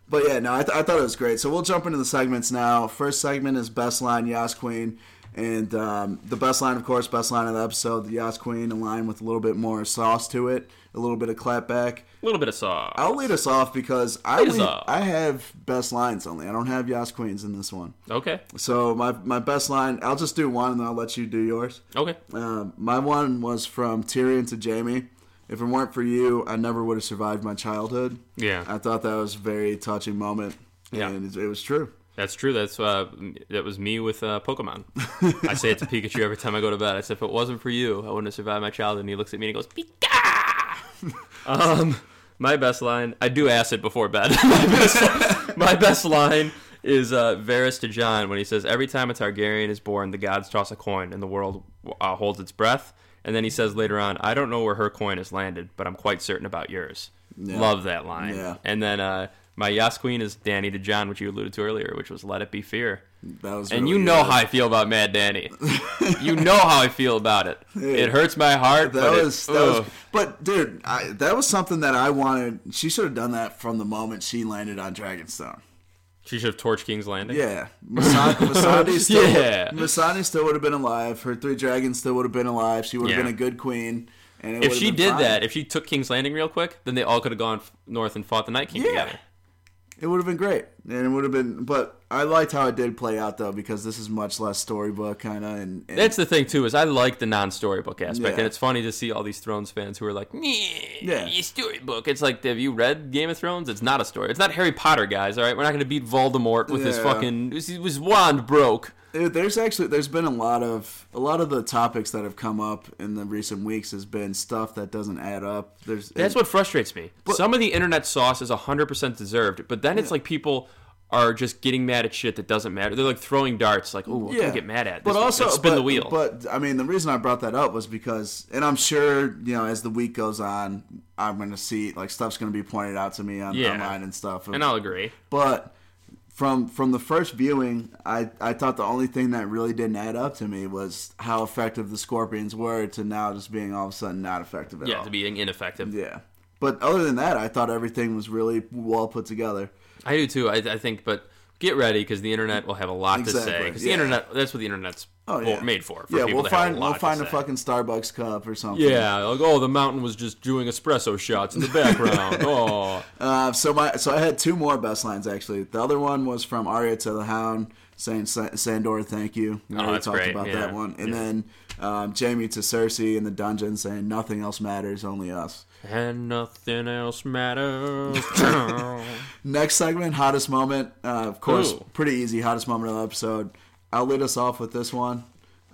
[SPEAKER 2] But yeah, no, I, th- I thought it was great. So we'll jump into the segments now. First segment is best line, Yas Queen, and um, the best line, of course, best line of the episode, the Yas Queen, a line with a little bit more sauce to it, a little bit of clapback.
[SPEAKER 1] A little bit of sauce.
[SPEAKER 2] I'll lead us off because I
[SPEAKER 1] Lead us
[SPEAKER 2] lead-
[SPEAKER 1] off.
[SPEAKER 2] I have best lines only. I don't have Yas Queens in this one.
[SPEAKER 1] Okay.
[SPEAKER 2] So my my best line, I'll just do one, and then I'll let you do yours.
[SPEAKER 1] Okay.
[SPEAKER 2] Um, my one was from Tyrion to Jamie. If it weren't for you, I never would have survived my childhood.
[SPEAKER 1] Yeah.
[SPEAKER 2] I thought that was a very touching moment.
[SPEAKER 1] Yeah.
[SPEAKER 2] And it, it was true.
[SPEAKER 1] That's true. That's uh, that was me with uh, Pokemon. I say it to Pikachu every time I go to bed. I said, if it wasn't for you, I wouldn't have survived my childhood. And he looks at me and he goes, Pika! um, my best line. I do acid before bed. my, best, my best line is uh, Varys to John when he says, "Every time a Targaryen is born, the gods toss a coin, and the world uh, holds its breath." And then he says later on, "I don't know where her coin has landed, but I'm quite certain about yours." Love that line.
[SPEAKER 2] Yeah.
[SPEAKER 1] And then uh, my Yas Queen is Danny to John, which you alluded to earlier, which was "Let it be fear."
[SPEAKER 2] That was.
[SPEAKER 1] And
[SPEAKER 2] really
[SPEAKER 1] you know
[SPEAKER 2] good.
[SPEAKER 1] how I feel about Mad Danny. you know how I feel about it. It hurts my heart.
[SPEAKER 2] that
[SPEAKER 1] but it-
[SPEAKER 2] was. That
[SPEAKER 1] ugh.
[SPEAKER 2] was. But dude, I, that was something that I wanted. She should have done that from the moment she landed on Dragonstone.
[SPEAKER 1] She should have torched King's Landing.
[SPEAKER 2] Yeah, Masa- Masandi still,
[SPEAKER 1] Yeah.
[SPEAKER 2] Masandi still would have been alive. Her three dragons still would have been alive. She would have
[SPEAKER 1] Yeah.
[SPEAKER 2] been a good queen. And it would
[SPEAKER 1] if
[SPEAKER 2] have
[SPEAKER 1] she
[SPEAKER 2] been
[SPEAKER 1] did
[SPEAKER 2] fine.
[SPEAKER 1] that, if she took King's Landing real quick, then they all could have gone f- north and fought the Night King
[SPEAKER 2] Yeah.
[SPEAKER 1] together.
[SPEAKER 2] It would have been great, and it would have been. But I liked how it did play out though, because this is much less storybook kind of. And, and
[SPEAKER 1] That's the thing too is I like the non-storybook aspect,
[SPEAKER 2] Yeah.
[SPEAKER 1] and it's funny to see all these Thrones fans who are like, "Yeah,
[SPEAKER 2] Yeah.
[SPEAKER 1] storybook." It's like, have you read Game of Thrones? It's not a story. It's not Harry Potter, guys. All right, we're not going to beat Voldemort with his
[SPEAKER 2] Yeah.
[SPEAKER 1] fucking his, his wand broke.
[SPEAKER 2] it- there's actually there's been a lot of a lot of the topics that have come up in the recent weeks has been stuff that doesn't add up. There's
[SPEAKER 1] That's what frustrates me. Some of the internet sauce is 100% deserved, but then it's like people are just getting mad at shit that doesn't matter. They're like throwing darts, like, oh, what can I get mad at?
[SPEAKER 2] But
[SPEAKER 1] This-
[SPEAKER 2] also,
[SPEAKER 1] let's spin
[SPEAKER 2] but,
[SPEAKER 1] the wheel.
[SPEAKER 2] But I mean, the reason I brought that up was because, and I'm sure you know, as the week goes on, I'm going to see like stuff's going to be pointed out to me on
[SPEAKER 1] Yeah.
[SPEAKER 2] online and stuff.
[SPEAKER 1] and I'll agree.
[SPEAKER 2] but from from the first viewing, I I thought the only thing that really didn't add up to me was how effective the Scorpions were to now just being all of a sudden not effective at
[SPEAKER 1] Yeah,
[SPEAKER 2] all.
[SPEAKER 1] to being ineffective.
[SPEAKER 2] Oh. yeah. But other than that, I thought everything was really well put together.
[SPEAKER 1] I do too. I, I think, but get ready because the internet will have a lot to say.
[SPEAKER 2] Exactly,
[SPEAKER 1] Because
[SPEAKER 2] yeah.
[SPEAKER 1] the internet—that's what the internet's
[SPEAKER 2] Oh
[SPEAKER 1] for-
[SPEAKER 2] yeah,
[SPEAKER 1] made for. for
[SPEAKER 2] yeah,
[SPEAKER 1] people
[SPEAKER 2] we'll
[SPEAKER 1] to have
[SPEAKER 2] find
[SPEAKER 1] a lot
[SPEAKER 2] we'll
[SPEAKER 1] to
[SPEAKER 2] find a
[SPEAKER 1] say.
[SPEAKER 2] fucking Starbucks cup or something.
[SPEAKER 1] Yeah, like oh, the mountain was just doing espresso shots in the background. oh,
[SPEAKER 2] Uh, so my so I had two more best lines actually. The other one was from Arya to the Hound saying Sa- Sandor, thank you. We already
[SPEAKER 1] Oh, that's
[SPEAKER 2] talked
[SPEAKER 1] great,
[SPEAKER 2] about
[SPEAKER 1] yeah,
[SPEAKER 2] that one, and then um, Jamie to Cersei in the dungeon saying nothing else matters, only us.
[SPEAKER 1] and nothing else matters.
[SPEAKER 2] Next segment, hottest moment. Uh, of course,
[SPEAKER 1] Ooh.
[SPEAKER 2] pretty easy. Hottest moment of the episode. I'll lead us off with this one.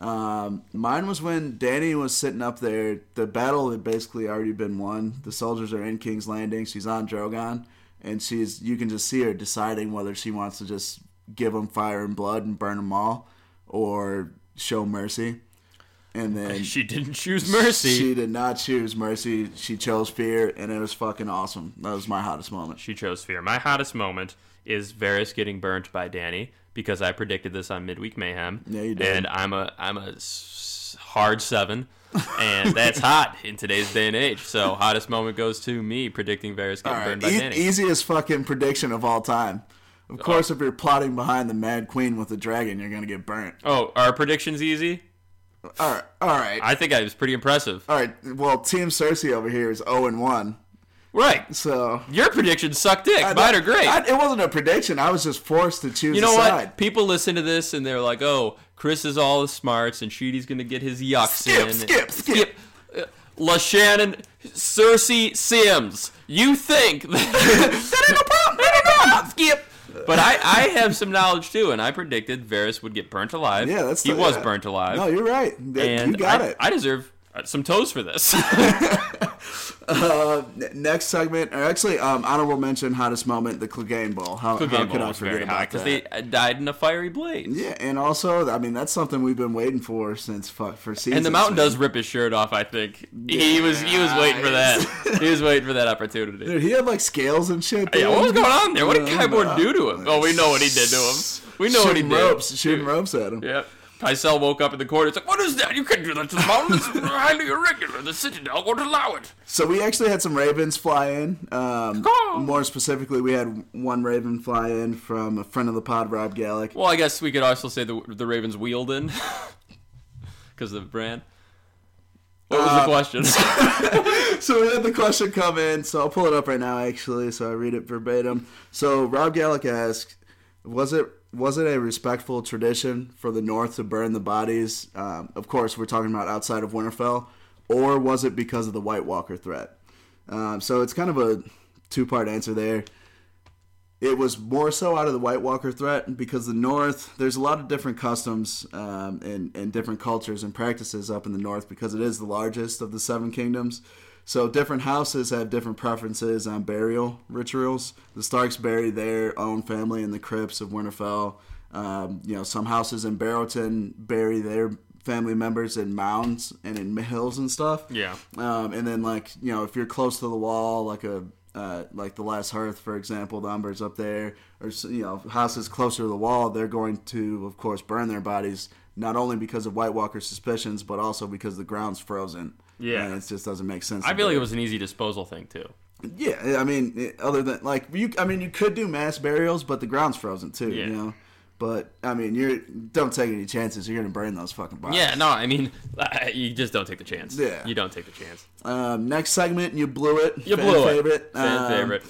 [SPEAKER 2] Um, mine was when Danny was sitting up there. The battle had basically already been won. The soldiers are in King's Landing. She's on Drogon, and she's you can just see her deciding whether she wants to just give them fire and blood and burn them all, or show mercy. And then
[SPEAKER 1] she didn't choose mercy.
[SPEAKER 2] She did not choose mercy. She chose fear, and it was fucking awesome. That was my hottest moment.
[SPEAKER 1] She chose fear. My hottest moment is Varys getting burnt by Danny because I predicted this on Midweek Mayhem.
[SPEAKER 2] Yeah, you did.
[SPEAKER 1] And I'm a I'm a s- hard seven, and that's hot in today's day and age. So hottest moment goes to me predicting Varys getting
[SPEAKER 2] All
[SPEAKER 1] burned
[SPEAKER 2] right.
[SPEAKER 1] by Oh.
[SPEAKER 2] E-
[SPEAKER 1] Danny.
[SPEAKER 2] easiest fucking prediction of all time. Of course, if you're plotting behind the Mad Queen with a dragon, you're gonna get burnt.
[SPEAKER 1] oh, are predictions easy?
[SPEAKER 2] All right, all right,
[SPEAKER 1] I think I was pretty impressive.
[SPEAKER 2] all right. Well, Team Cersei over here is zero and one,
[SPEAKER 1] Right.
[SPEAKER 2] so
[SPEAKER 1] Your predictions suck dick. Mine are great.
[SPEAKER 2] I- it wasn't a prediction. I was just forced to choose.
[SPEAKER 1] you know
[SPEAKER 2] a side.
[SPEAKER 1] what? People listen to this and they're like, "Oh, Chris is all his smarts, and Sheedy's gonna get his yucks
[SPEAKER 2] Skip,
[SPEAKER 1] in.
[SPEAKER 2] skip, skip.
[SPEAKER 1] Uh, LaShannon, Cersei Sims. You think that skip? But I, I have some knowledge too, and I predicted Varys would get burnt alive.
[SPEAKER 2] Yeah, that's
[SPEAKER 1] he
[SPEAKER 2] the-
[SPEAKER 1] was
[SPEAKER 2] yeah.
[SPEAKER 1] burnt alive.
[SPEAKER 2] No, you're right. That-
[SPEAKER 1] and
[SPEAKER 2] you got
[SPEAKER 1] I,
[SPEAKER 2] it.
[SPEAKER 1] I deserve uh, some toes for this.
[SPEAKER 2] Uh, n- next segment, or actually, um, honorable mention, hottest moment, the Clegane Bowl. How, how
[SPEAKER 1] Game
[SPEAKER 2] could I
[SPEAKER 1] was
[SPEAKER 2] forget
[SPEAKER 1] very
[SPEAKER 2] about
[SPEAKER 1] hot because
[SPEAKER 2] that?
[SPEAKER 1] they uh, died in a fiery blaze.
[SPEAKER 2] Yeah, and also, I mean, that's something we've been waiting for since fuck for seasons.
[SPEAKER 1] And the mountain
[SPEAKER 2] man.
[SPEAKER 1] does rip his shirt off. I think he was he was waiting for that. he was waiting for that opportunity.
[SPEAKER 2] Dude, he had like scales and shit.
[SPEAKER 1] Yeah,
[SPEAKER 2] dude.
[SPEAKER 1] what was going on there? What did
[SPEAKER 2] Yeah,
[SPEAKER 1] Kyborn
[SPEAKER 2] uh,
[SPEAKER 1] do to him? Oh, we know what he did to him. We know what he
[SPEAKER 2] Shooting
[SPEAKER 1] did.
[SPEAKER 2] ropes, shooting ropes at him.
[SPEAKER 1] Yep. Pycelle woke up in the corner. It's like, what is that? You couldn't do that to the mountain. It's highly irregular. The Citadel won't allow it.
[SPEAKER 2] So we actually had some ravens fly in. Um,
[SPEAKER 1] Caw.
[SPEAKER 2] more specifically, we had one raven fly in from a friend of the pod, Rob Gallic.
[SPEAKER 1] Well, I guess we could also say the the Ravens wheeled in because of brand. What was the question?
[SPEAKER 2] So we had the question come in, so I'll pull it up right now actually, so I read it verbatim. So Rob Gallic asked, Was it was it a respectful tradition for the North to burn the bodies? Um, of course, we're talking about outside of Winterfell, or was it because of the White Walker threat? Um, so it's kind of a two part answer there. It was more so out of the White Walker threat because the North, there's a lot of different customs um, and, and different cultures and practices up in the North because it is the largest of the Seven Kingdoms. So different houses have different preferences on burial rituals. The Starks bury their own family in the crypts of Winterfell. Um, you know, some houses in Barrowton bury their family members in mounds and in hills and stuff.
[SPEAKER 1] Yeah.
[SPEAKER 2] Um, and then like you know, if you're close to the wall, like a uh, like the last hearth, for example, the Umber's up there, or s- you know, houses closer to the wall, they're going to, of course, burn their bodies. Not only because of White Walker suspicions, but also because the ground's frozen.
[SPEAKER 1] Yeah.
[SPEAKER 2] and it just doesn't make sense.
[SPEAKER 1] I
[SPEAKER 2] to
[SPEAKER 1] feel
[SPEAKER 2] do
[SPEAKER 1] like it was an easy disposal thing too.
[SPEAKER 2] yeah, I mean, it- other than like you, I mean, you could do mass burials, but the ground's frozen too.
[SPEAKER 1] Yeah.
[SPEAKER 2] You know, but I mean, you're don't take any chances. You're gonna burn those fucking bodies.
[SPEAKER 1] Yeah, no, I mean, you just don't take the chance.
[SPEAKER 2] Yeah.
[SPEAKER 1] you don't take the chance.
[SPEAKER 2] Um, next segment, you blew it.
[SPEAKER 1] You
[SPEAKER 2] Fan
[SPEAKER 1] blew
[SPEAKER 2] favorite.
[SPEAKER 1] it. Fan
[SPEAKER 2] Um,
[SPEAKER 1] favorite.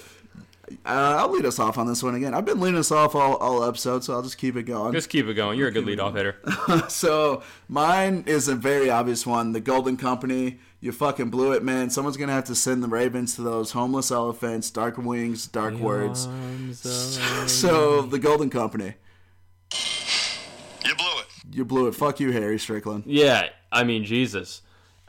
[SPEAKER 2] Uh, I'll lead us off on this one again. I've been leading us off all, all episodes, so I'll just keep it going.
[SPEAKER 1] Just keep it going. You're a good leadoff hitter.
[SPEAKER 2] so mine is a very obvious one. The Golden Company. You fucking blew it, man. Someone's gonna have to send the Ravens to those homeless elephants. Dark wings, dark words. So the Golden Company.
[SPEAKER 3] You blew it.
[SPEAKER 2] You blew it. Fuck you, Harry Strickland.
[SPEAKER 1] Yeah, I mean, Jesus.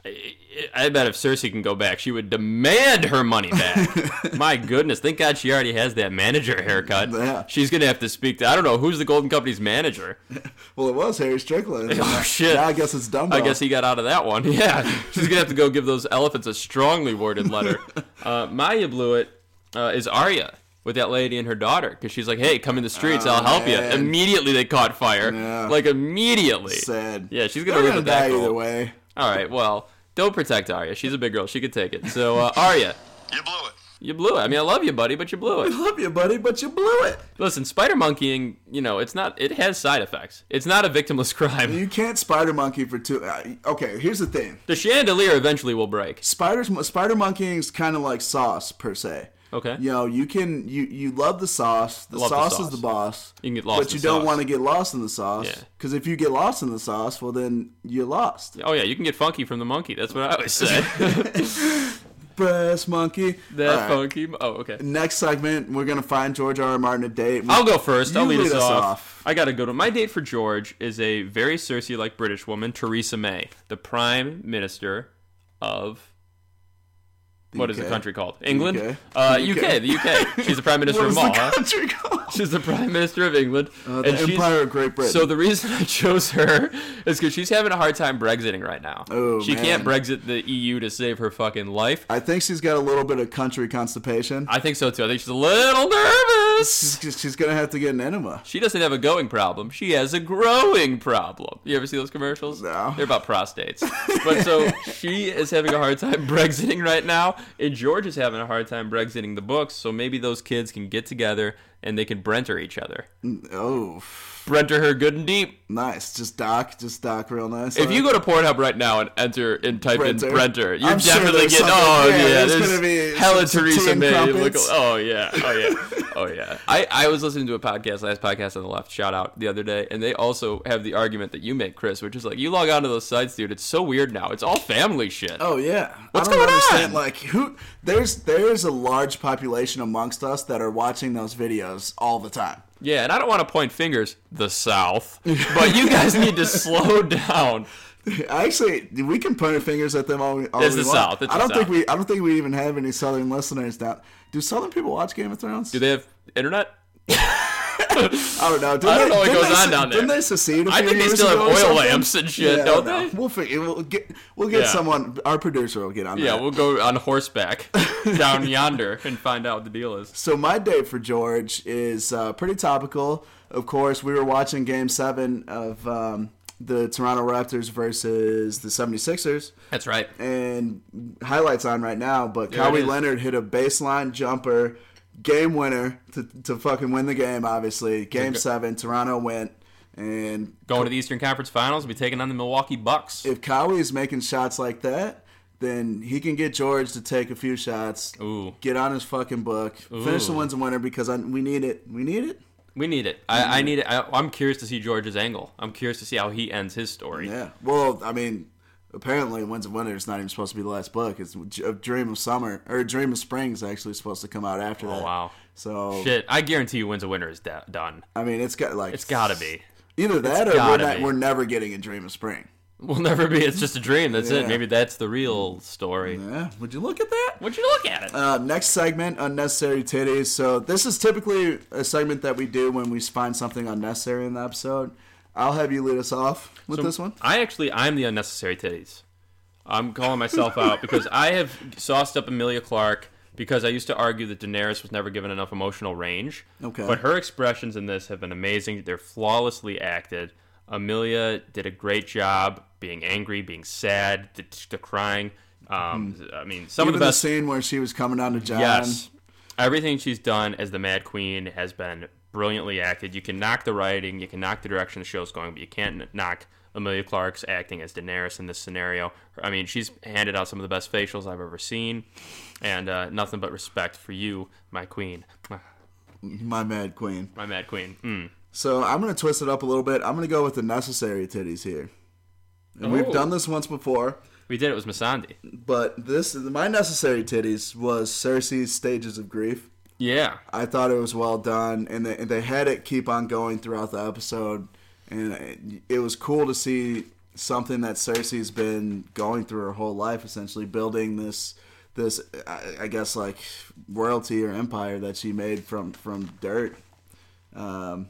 [SPEAKER 1] I, I I bet if Cersei can go back, she would demand her money back. My goodness, thank God she already has that manager haircut.
[SPEAKER 2] Yeah.
[SPEAKER 1] She's gonna have to speak to I don't know who's the Golden Company's manager.
[SPEAKER 2] Well, it was Harry Strickland.
[SPEAKER 1] Oh shit!
[SPEAKER 2] Now I guess it's Dumbo.
[SPEAKER 1] I guess he got out of that one. Yeah, she's gonna have to go give those elephants a strongly worded letter. uh, Maya blew it. Uh, is Arya with that lady and her daughter because she's like, "Hey, come in the streets, I'll help
[SPEAKER 2] Oh, man.
[SPEAKER 1] you." Immediately they caught fire.
[SPEAKER 2] Yeah.
[SPEAKER 1] Like immediately.
[SPEAKER 2] said.
[SPEAKER 1] Yeah, she's gonna
[SPEAKER 2] They're
[SPEAKER 1] live
[SPEAKER 2] gonna
[SPEAKER 1] with that
[SPEAKER 2] die
[SPEAKER 1] girl.
[SPEAKER 2] either way.
[SPEAKER 1] All right, well, don't protect Arya. She's a big girl. She could take it. So uh, Arya,
[SPEAKER 3] You blew it.
[SPEAKER 1] you blew it. I mean, I love you, buddy, but you blew it.
[SPEAKER 2] Love you, buddy, but you blew it.
[SPEAKER 1] Listen, spider monkeying, you know, it's not. It has side effects. It's not a victimless crime.
[SPEAKER 2] You can't spider monkey for two. Uh, okay, here's the thing.
[SPEAKER 1] The chandelier eventually will break.
[SPEAKER 2] spiders spider monkeying is kind of like sauce per se
[SPEAKER 1] Okay.
[SPEAKER 2] you know you can you you love the sauce the,
[SPEAKER 1] Love the
[SPEAKER 2] sauce,
[SPEAKER 1] sauce.
[SPEAKER 2] is the boss
[SPEAKER 1] You can get lost
[SPEAKER 2] but
[SPEAKER 1] in
[SPEAKER 2] you
[SPEAKER 1] the
[SPEAKER 2] don't
[SPEAKER 1] sauce.
[SPEAKER 2] want to get lost in the sauce
[SPEAKER 1] Yeah.
[SPEAKER 2] because if you get lost in the sauce well then you're lost
[SPEAKER 1] Oh yeah, you can get funky from the monkey. That's what I always say.
[SPEAKER 2] breast monkey
[SPEAKER 1] that
[SPEAKER 2] All right.
[SPEAKER 1] funky. Oh, okay.
[SPEAKER 2] next segment we're gonna find george r. R. martin a date
[SPEAKER 1] I'll go first. I'll
[SPEAKER 2] You
[SPEAKER 1] lead,
[SPEAKER 2] lead
[SPEAKER 1] us,
[SPEAKER 2] us
[SPEAKER 1] off.
[SPEAKER 2] off.
[SPEAKER 1] I got to go to my date for George is a very Cersei-like British woman, Theresa May, the Prime Minister of what is the
[SPEAKER 2] UK.
[SPEAKER 1] country called? England,
[SPEAKER 2] UK.
[SPEAKER 1] Uh,
[SPEAKER 2] UK.
[SPEAKER 1] UK. the UK. She's the Prime Minister
[SPEAKER 2] what
[SPEAKER 1] of
[SPEAKER 2] is
[SPEAKER 1] all.
[SPEAKER 2] the
[SPEAKER 1] huh?
[SPEAKER 2] country called
[SPEAKER 1] She's the Prime Minister of England.
[SPEAKER 2] Uh, the Empire of Great Britain
[SPEAKER 1] So the reason I chose her is because she's having a hard time Brexiting right now.
[SPEAKER 2] Oh,
[SPEAKER 1] she
[SPEAKER 2] man.
[SPEAKER 1] can't Brexit the EU to save her fucking life.
[SPEAKER 2] i think she's got a little bit of country constipation
[SPEAKER 1] I think so too. I think she's a little nervous.
[SPEAKER 2] she's, she's gonna have to get an enema
[SPEAKER 1] She doesn't have a going problem. She has a growing problem. You ever see those commercials?
[SPEAKER 2] No.
[SPEAKER 1] They're about prostates. but so she is having a hard time Brexiting right now, and George is having a hard time Brexiting the books, so maybe those kids can get together and they can Brenter each other.
[SPEAKER 2] oh
[SPEAKER 1] Brenter her good and deep.
[SPEAKER 2] nice just doc just doc real nice
[SPEAKER 1] If you go to Pornhub right now and enter and type
[SPEAKER 2] Brenter.
[SPEAKER 1] in Brenter, you're
[SPEAKER 2] I'm sure
[SPEAKER 1] definitely
[SPEAKER 2] there's
[SPEAKER 1] getting.
[SPEAKER 2] something-
[SPEAKER 1] Oh
[SPEAKER 2] yeah,
[SPEAKER 1] yeah,
[SPEAKER 2] there's
[SPEAKER 1] there's
[SPEAKER 2] gonna be
[SPEAKER 1] hella
[SPEAKER 2] some- some tea
[SPEAKER 1] Teresa
[SPEAKER 2] and
[SPEAKER 1] May.
[SPEAKER 2] crumpets.
[SPEAKER 1] Look, oh yeah, oh yeah, Oh yeah. I, I was listening to a podcast, last podcast on the left, shout out the other day, and they also have the argument that you make, Chris, which is like you log onto those sites, dude. It's so weird now. It's all family shit.
[SPEAKER 2] Oh yeah.
[SPEAKER 1] What's
[SPEAKER 2] I don't
[SPEAKER 1] going
[SPEAKER 2] understand.
[SPEAKER 1] on?
[SPEAKER 2] Like who there's there's a large population amongst us that are watching those videos all the time.
[SPEAKER 1] Yeah, and I don't want to point fingers, the South, but you guys need to slow down.
[SPEAKER 2] Actually, we can point fingers at them all. we- all
[SPEAKER 1] It's
[SPEAKER 2] we
[SPEAKER 1] the
[SPEAKER 2] want.
[SPEAKER 1] South, it's
[SPEAKER 2] I
[SPEAKER 1] the
[SPEAKER 2] don't think
[SPEAKER 1] South.
[SPEAKER 2] we. I don't think we even have any Southern listeners now. Do Southern people watch Game of Thrones?
[SPEAKER 1] Do they have internet?
[SPEAKER 2] I don't know. Didn't
[SPEAKER 1] I don't
[SPEAKER 2] they-
[SPEAKER 1] know what
[SPEAKER 2] didn't
[SPEAKER 1] goes
[SPEAKER 2] they
[SPEAKER 1] on
[SPEAKER 2] se-
[SPEAKER 1] down there.
[SPEAKER 2] Didn't they secede? a
[SPEAKER 1] I
[SPEAKER 2] few
[SPEAKER 1] think they
[SPEAKER 2] years
[SPEAKER 1] still have
[SPEAKER 2] ago or
[SPEAKER 1] oil
[SPEAKER 2] something?
[SPEAKER 1] lamps and shit,
[SPEAKER 2] Yeah, I
[SPEAKER 1] don't
[SPEAKER 2] know.
[SPEAKER 1] they?
[SPEAKER 2] We'll figure. We'll get. We'll get
[SPEAKER 1] Yeah.
[SPEAKER 2] someone. Our producer will get on.
[SPEAKER 1] Yeah,
[SPEAKER 2] that.
[SPEAKER 1] we'll go on horseback down yonder and find out what the deal is.
[SPEAKER 2] So my date for George is uh, pretty topical. Of course, we were watching Game Seven of um, the Toronto Raptors versus the 76ers,
[SPEAKER 1] That's right.
[SPEAKER 2] and highlights on right now. But
[SPEAKER 1] it
[SPEAKER 2] Kawhi
[SPEAKER 1] is.
[SPEAKER 2] Leonard hit a baseline jumper, game winner to to fucking win the game. Obviously, Game Seven, Toronto went. And
[SPEAKER 1] Going to the Eastern Conference Finals, we'll be taking on the Milwaukee Bucks.
[SPEAKER 2] if Kawhi is making shots like that, then he can get George to take a few shots.
[SPEAKER 1] Ooh.
[SPEAKER 2] Get on his fucking book. Finish the
[SPEAKER 1] Ooh.
[SPEAKER 2] one's a winner because I, we need it. We need it.
[SPEAKER 1] We need it. I, I need it. I, I'm curious to see George's angle. I'm curious to see how he ends his story.
[SPEAKER 2] Yeah. Well, I mean, apparently, Wins of Winter is not even supposed to be the last book. It's a Dream of Summer or Dream of Spring is actually supposed to come out after that.
[SPEAKER 1] Oh, wow.
[SPEAKER 2] So
[SPEAKER 1] Shit, I guarantee you, wins a winner is da- done.
[SPEAKER 2] I mean, it's got like
[SPEAKER 1] It's gotta be.
[SPEAKER 2] either that or we're,
[SPEAKER 1] gotta
[SPEAKER 2] not,
[SPEAKER 1] be.
[SPEAKER 2] we're never getting a Dream of Spring.
[SPEAKER 1] We'll never be. It's just a dream. That's
[SPEAKER 2] Yeah.
[SPEAKER 1] it. Maybe that's the real story.
[SPEAKER 2] Yeah. Would you look at that?
[SPEAKER 1] Would you look at it?
[SPEAKER 2] Uh, next segment, unnecessary titties. So this is typically a segment that we do when we find something unnecessary in the episode. I'll have you lead us off with
[SPEAKER 1] So
[SPEAKER 2] this one.
[SPEAKER 1] I actually, I'm the unnecessary titties. I'm calling myself out because I have sauced up Amelia Clark because I used to argue that Daenerys was never given enough emotional range.
[SPEAKER 2] Okay.
[SPEAKER 1] But her expressions in this have been amazing. They're flawlessly acted. Amelia did a great job being angry, being sad, the, the crying. Um, I mean, some
[SPEAKER 2] Hmm. Even
[SPEAKER 1] of
[SPEAKER 2] the,
[SPEAKER 1] the best
[SPEAKER 2] scene where she was coming down to John.
[SPEAKER 1] Yes. Everything she's done as the Mad Queen has been brilliantly acted. You can knock the writing, you can knock the direction the show's going, but you can't knock Amelia Clark's acting as Daenerys in this scenario. I mean, she's handed out some of the best facials I've ever seen, and uh, nothing but respect for you, my queen,
[SPEAKER 2] My mad queen.
[SPEAKER 1] my Mad Queen. Mm.
[SPEAKER 2] So I'm gonna twist it up a little bit. I'm gonna go with the necessary titties here. And we've
[SPEAKER 1] Oh.
[SPEAKER 2] done this once before,
[SPEAKER 1] We did it. It was Masandi.
[SPEAKER 2] but this my necessary titties was Cersei's stages of grief.
[SPEAKER 1] Yeah.
[SPEAKER 2] I thought it was well done, and they, and they had it keep on going throughout the episode, and it, it was cool to see something that Cersei's been going through her whole life, essentially building this this I, I guess like royalty or empire that she made from from dirt, um,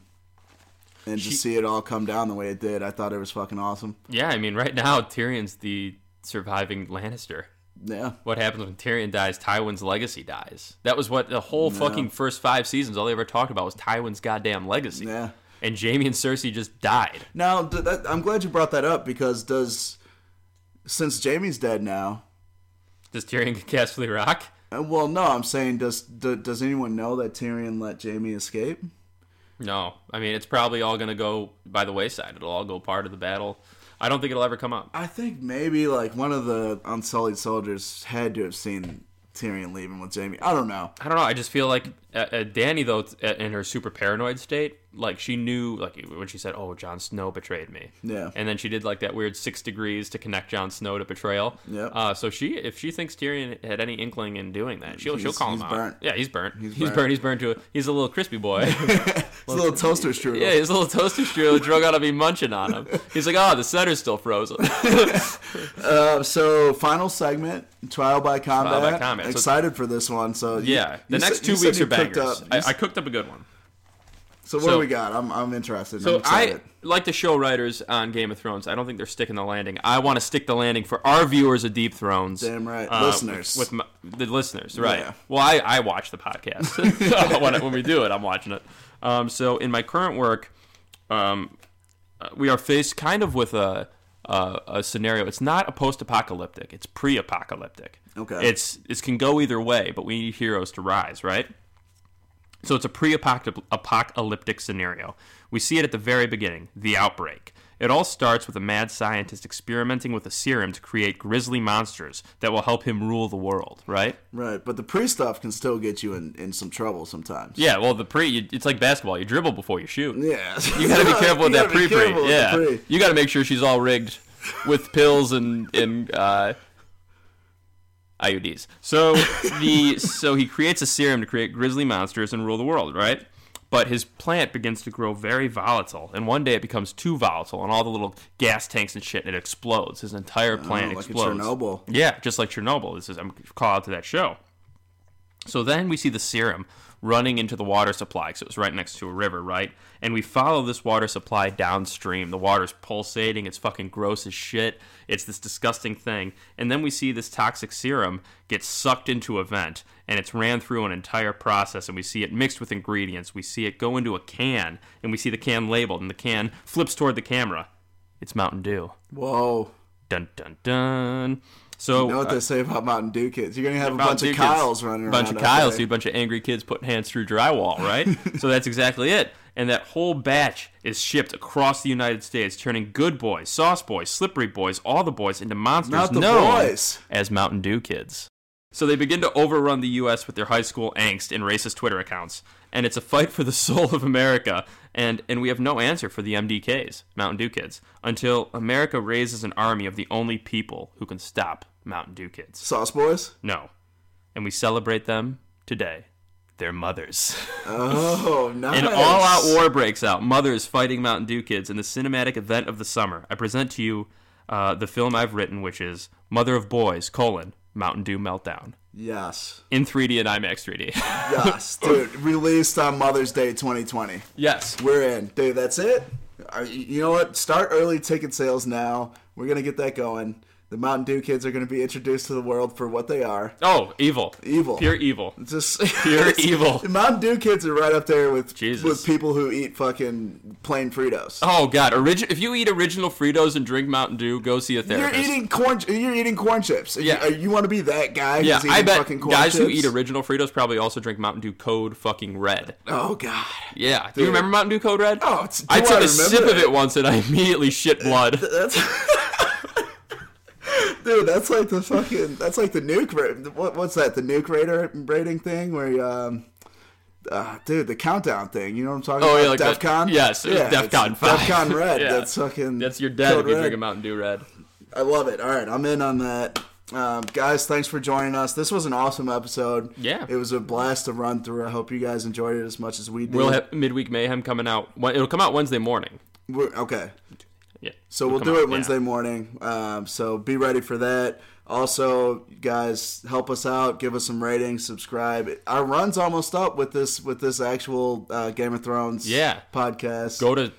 [SPEAKER 2] and to see it all come down the way it did, I thought it was fucking awesome.
[SPEAKER 1] Yeah, I mean, right now, Tyrion's the surviving Lannister.
[SPEAKER 2] Yeah,
[SPEAKER 1] what happens when Tyrion dies, Tywin's legacy dies. That was what the whole fucking first five seasons, all they ever talked about was Tywin's goddamn legacy.
[SPEAKER 2] yeah.
[SPEAKER 1] And Jamie and Cersei just died.
[SPEAKER 2] Now, th- that, I'm glad you brought that up because does since Jamie's dead now,
[SPEAKER 1] Does Tyrion get Castle Rock?
[SPEAKER 2] Uh, Well, no, I'm saying does do, does anyone know that Tyrion let Jamie escape?
[SPEAKER 1] No. I mean, it's probably all going to go by the wayside. It'll all go part of the battle. I don't think it'll ever come up.
[SPEAKER 2] I think maybe like one of the Unsullied soldiers had to have seen Tyrion leaving with Jamie. I don't know.
[SPEAKER 1] I don't know. I just feel like uh, uh, Danny, though, t- uh, in her super paranoid state, like she knew, like when she said, "Oh, Jon Snow betrayed me,"
[SPEAKER 2] Yeah.
[SPEAKER 1] and then she did like that weird six degrees to connect Jon Snow to betrayal.
[SPEAKER 2] Yep.
[SPEAKER 1] Uh, so she, if she thinks Tyrion had any inkling in doing that, she'll she'll
[SPEAKER 2] He's-
[SPEAKER 1] call him
[SPEAKER 2] he's
[SPEAKER 1] out.
[SPEAKER 2] burnt.
[SPEAKER 1] Yeah, he's burnt. He's,
[SPEAKER 2] burnt.
[SPEAKER 1] burnt. He's burnt to. A, he's a little crispy boy.
[SPEAKER 2] It's a little toaster strudel.
[SPEAKER 1] yeah, his little toaster strudel drug out to be munching on him. He's like, "Oh, the center's still frozen."
[SPEAKER 2] Uh, so final segment, trial by combat.
[SPEAKER 1] Trial by combat. So-
[SPEAKER 2] Excited for this one. So you-
[SPEAKER 1] yeah, the
[SPEAKER 2] you
[SPEAKER 1] next
[SPEAKER 2] said-
[SPEAKER 1] two
[SPEAKER 2] you said
[SPEAKER 1] weeks
[SPEAKER 2] you
[SPEAKER 1] are
[SPEAKER 2] cooked
[SPEAKER 1] bangers.
[SPEAKER 2] up.
[SPEAKER 1] I, I cooked up a good one.
[SPEAKER 2] so what
[SPEAKER 1] so-
[SPEAKER 2] do we got? I'm I'm interested. I'm
[SPEAKER 1] So I
[SPEAKER 2] excited.
[SPEAKER 1] like the show writers on Game of Thrones. I don't think they're sticking the landing. I want to stick the landing for our viewers of Deep Thrones.
[SPEAKER 2] Damn right.
[SPEAKER 1] Uh,
[SPEAKER 2] Listeners.
[SPEAKER 1] with, my, the listeners, right?
[SPEAKER 2] Yeah.
[SPEAKER 1] Well, I, I watch the podcast So when, when we do it. I'm watching it. Um, so in my current work, um, uh, we are faced kind of with a uh, a scenario. It's not a post-apocalyptic. It's pre-apocalyptic.
[SPEAKER 2] Okay.
[SPEAKER 1] It's it can go either way, but we need heroes to rise, right? So it's a pre-apocalyptic scenario. We see it at the very beginning, the outbreak. It all starts with a mad scientist experimenting with a serum to create grisly monsters that will help him rule the world, right?
[SPEAKER 2] Right, but the pre stuff can still get you in, in some trouble sometimes.
[SPEAKER 1] Yeah, well, the pre, you, it's like basketball. You dribble before you shoot.
[SPEAKER 2] Yeah.
[SPEAKER 1] You gotta be careful with
[SPEAKER 2] You
[SPEAKER 1] that
[SPEAKER 2] gotta be
[SPEAKER 1] pre pre.
[SPEAKER 2] careful with the
[SPEAKER 1] Yeah.
[SPEAKER 2] pre.
[SPEAKER 1] You gotta make sure she's all rigged with pills and and uh, IUDs. So the so he creates a serum to create grizzly monsters and rule the world, right? But his plant begins to grow very volatile, and one day it becomes too volatile, and all the little gas tanks and shit, and it explodes. His entire plant
[SPEAKER 2] Oh, like a
[SPEAKER 1] explodes.
[SPEAKER 2] Chernobyl.
[SPEAKER 1] Yeah, just like Chernobyl. This is I'm call out to that show. So then we see the serum running into the water supply because it was right next to a river, right? And we follow this water supply downstream. The water's pulsating. It's fucking gross as shit. It's this disgusting thing. And then we see this toxic serum get sucked into a vent and it's ran through an entire process. And we see it mixed with ingredients. We see it go into a can and we see the can labeled and the can flips toward the camera. It's Mountain Dew.
[SPEAKER 2] Whoa.
[SPEAKER 1] Dun dun dun. So
[SPEAKER 2] You know what
[SPEAKER 1] uh,
[SPEAKER 2] they say about Mountain Dew kids? You're gonna have a
[SPEAKER 1] Mountain
[SPEAKER 2] bunch
[SPEAKER 1] Dew
[SPEAKER 2] of
[SPEAKER 1] kids.
[SPEAKER 2] Kyles running around.
[SPEAKER 1] Bunch of
[SPEAKER 2] out
[SPEAKER 1] Kyles,
[SPEAKER 2] there.
[SPEAKER 1] dude. Bunch of angry kids putting hands through drywall, right? so that's exactly it. And that whole batch is shipped across the United States, turning Good Boys, Sauce Boys, Slippery Boys, all the boys into monsters
[SPEAKER 2] Not the
[SPEAKER 1] known
[SPEAKER 2] boys.
[SPEAKER 1] as Mountain Dew kids. So they begin to overrun the U.S. with their high school angst and racist Twitter accounts, and it's a fight for the soul of America. And and we have no answer for the MDKs, Mountain Dew kids, until America raises an army of the only people who can stop Mountain Dew kids.
[SPEAKER 2] Sauce Boys.
[SPEAKER 1] No. And we celebrate them today. Their mothers.
[SPEAKER 2] Oh, nice.
[SPEAKER 1] An all out war breaks out. Mothers fighting Mountain Dew kids in the cinematic event of the summer. I present to you uh, the film I've written, which is Mother of Boys, colon, Mountain Dew Meltdown.
[SPEAKER 2] Yes,
[SPEAKER 1] In 3D and IMAX 3D.
[SPEAKER 2] yes, dude. Released on Mother's Day 2020.
[SPEAKER 1] yes.
[SPEAKER 2] We're in, dude. That's it. Are- You know what? Start early ticket sales now. We're gonna get that going. The Mountain Dew kids are gonna be introduced to the world for what they are.
[SPEAKER 1] Oh, evil.
[SPEAKER 2] Evil.
[SPEAKER 1] Pure evil.
[SPEAKER 2] Just
[SPEAKER 1] Pure evil.
[SPEAKER 2] The Mountain Dew kids are right up there with
[SPEAKER 1] Jesus.
[SPEAKER 2] with people who eat fucking plain Fritos.
[SPEAKER 1] Oh, God. Origi- if you eat original Fritos and drink Mountain Dew, go see a
[SPEAKER 2] You're
[SPEAKER 1] therapist.
[SPEAKER 2] eating corn. You're eating corn chips. You- uh,
[SPEAKER 1] Yeah.
[SPEAKER 2] You, want to be that guy? who's
[SPEAKER 1] yeah,
[SPEAKER 2] eating
[SPEAKER 1] I bet
[SPEAKER 2] fucking corn
[SPEAKER 1] guys who
[SPEAKER 2] chips?
[SPEAKER 1] eat original Fritos probably also drink Mountain Dew Code fucking Red.
[SPEAKER 2] Oh god.
[SPEAKER 1] Yeah. Do you remember Mountain Dew Code Red?
[SPEAKER 2] Oh, it's, do
[SPEAKER 1] I took
[SPEAKER 2] remember
[SPEAKER 1] a sip of
[SPEAKER 2] that?
[SPEAKER 1] it once and I immediately shit blood.
[SPEAKER 2] Dude, that's like the fucking. That's like the nuke. ra- What, what's that? The nuke radar rating thing where you, um. Uh, dude, the countdown thing. You know what I'm talking
[SPEAKER 1] Oh, yeah,
[SPEAKER 2] about?
[SPEAKER 1] like that-
[SPEAKER 2] DefCon.
[SPEAKER 1] yes, it was DEFCON 5.
[SPEAKER 2] it's DefCon Red.
[SPEAKER 1] Yeah.
[SPEAKER 2] That's fucking.
[SPEAKER 1] That's your dad
[SPEAKER 2] code
[SPEAKER 1] if you
[SPEAKER 2] red.
[SPEAKER 1] drink a Mountain Dew Red.
[SPEAKER 2] I love it. All right, I'm in on that. Um, guys, thanks for joining us. This was an awesome episode.
[SPEAKER 1] Yeah.
[SPEAKER 2] it was a blast to run through. I hope you guys enjoyed it as much as we did.
[SPEAKER 1] We'll have Midweek Mayhem coming out. well, It'll come out Wednesday morning.
[SPEAKER 2] We're- okay.
[SPEAKER 1] Yeah.
[SPEAKER 2] So we'll
[SPEAKER 1] come
[SPEAKER 2] do
[SPEAKER 1] out,
[SPEAKER 2] it Wednesday
[SPEAKER 1] yeah.
[SPEAKER 2] morning. Um, so be ready for that. Also, guys, help us out. Give us some ratings. Subscribe. Our run's almost up with this with this actual uh, Game of Thrones
[SPEAKER 1] Yeah.
[SPEAKER 2] podcast.
[SPEAKER 1] Go to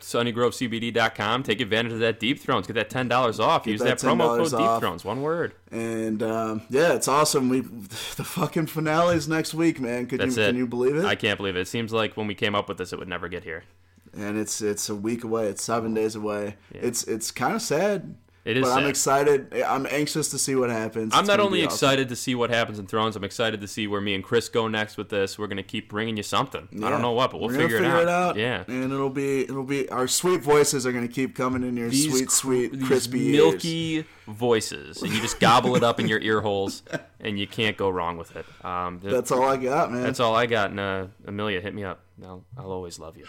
[SPEAKER 1] sunnygrovecbd.com. Take advantage of that Deep Thrones. Get that ten dollars off. Use
[SPEAKER 2] that
[SPEAKER 1] that, promo
[SPEAKER 2] $10
[SPEAKER 1] code
[SPEAKER 2] off.
[SPEAKER 1] Deep Thrones. One word.
[SPEAKER 2] and um, yeah, it's awesome. We the fucking finale's next week, man. Could
[SPEAKER 1] That's
[SPEAKER 2] you
[SPEAKER 1] it.
[SPEAKER 2] can you believe it?
[SPEAKER 1] I can't believe it. It seems like when we came up with this, it would never get here.
[SPEAKER 2] and it's it's a week away. It's seven days away. It's it's kind of sad.
[SPEAKER 1] It is
[SPEAKER 2] But I'm
[SPEAKER 1] sad.
[SPEAKER 2] excited. I'm anxious to see what happens.
[SPEAKER 1] I'm
[SPEAKER 2] It's
[SPEAKER 1] not
[SPEAKER 2] gonna
[SPEAKER 1] only
[SPEAKER 2] be awesome.
[SPEAKER 1] excited to see what happens in Thrones. I'm excited to see where me and Chris go next with this. We're gonna keep bringing you something. I don't
[SPEAKER 2] Yeah.
[SPEAKER 1] know what, but we'll
[SPEAKER 2] We're
[SPEAKER 1] figure,
[SPEAKER 2] gonna
[SPEAKER 1] it, out. Yeah.
[SPEAKER 2] and it'll be it'll be our sweet voices are gonna keep coming in your
[SPEAKER 1] These
[SPEAKER 2] sweet,
[SPEAKER 1] cr-
[SPEAKER 2] sweet,
[SPEAKER 1] these
[SPEAKER 2] crispy, ears.
[SPEAKER 1] milky voices, and you just gobble it up in your ear holes, and you can't go wrong with it. Um,
[SPEAKER 2] That's all I got, man.
[SPEAKER 1] that's all I got. And uh, Amelia, hit me up. I'll, I'll always love you.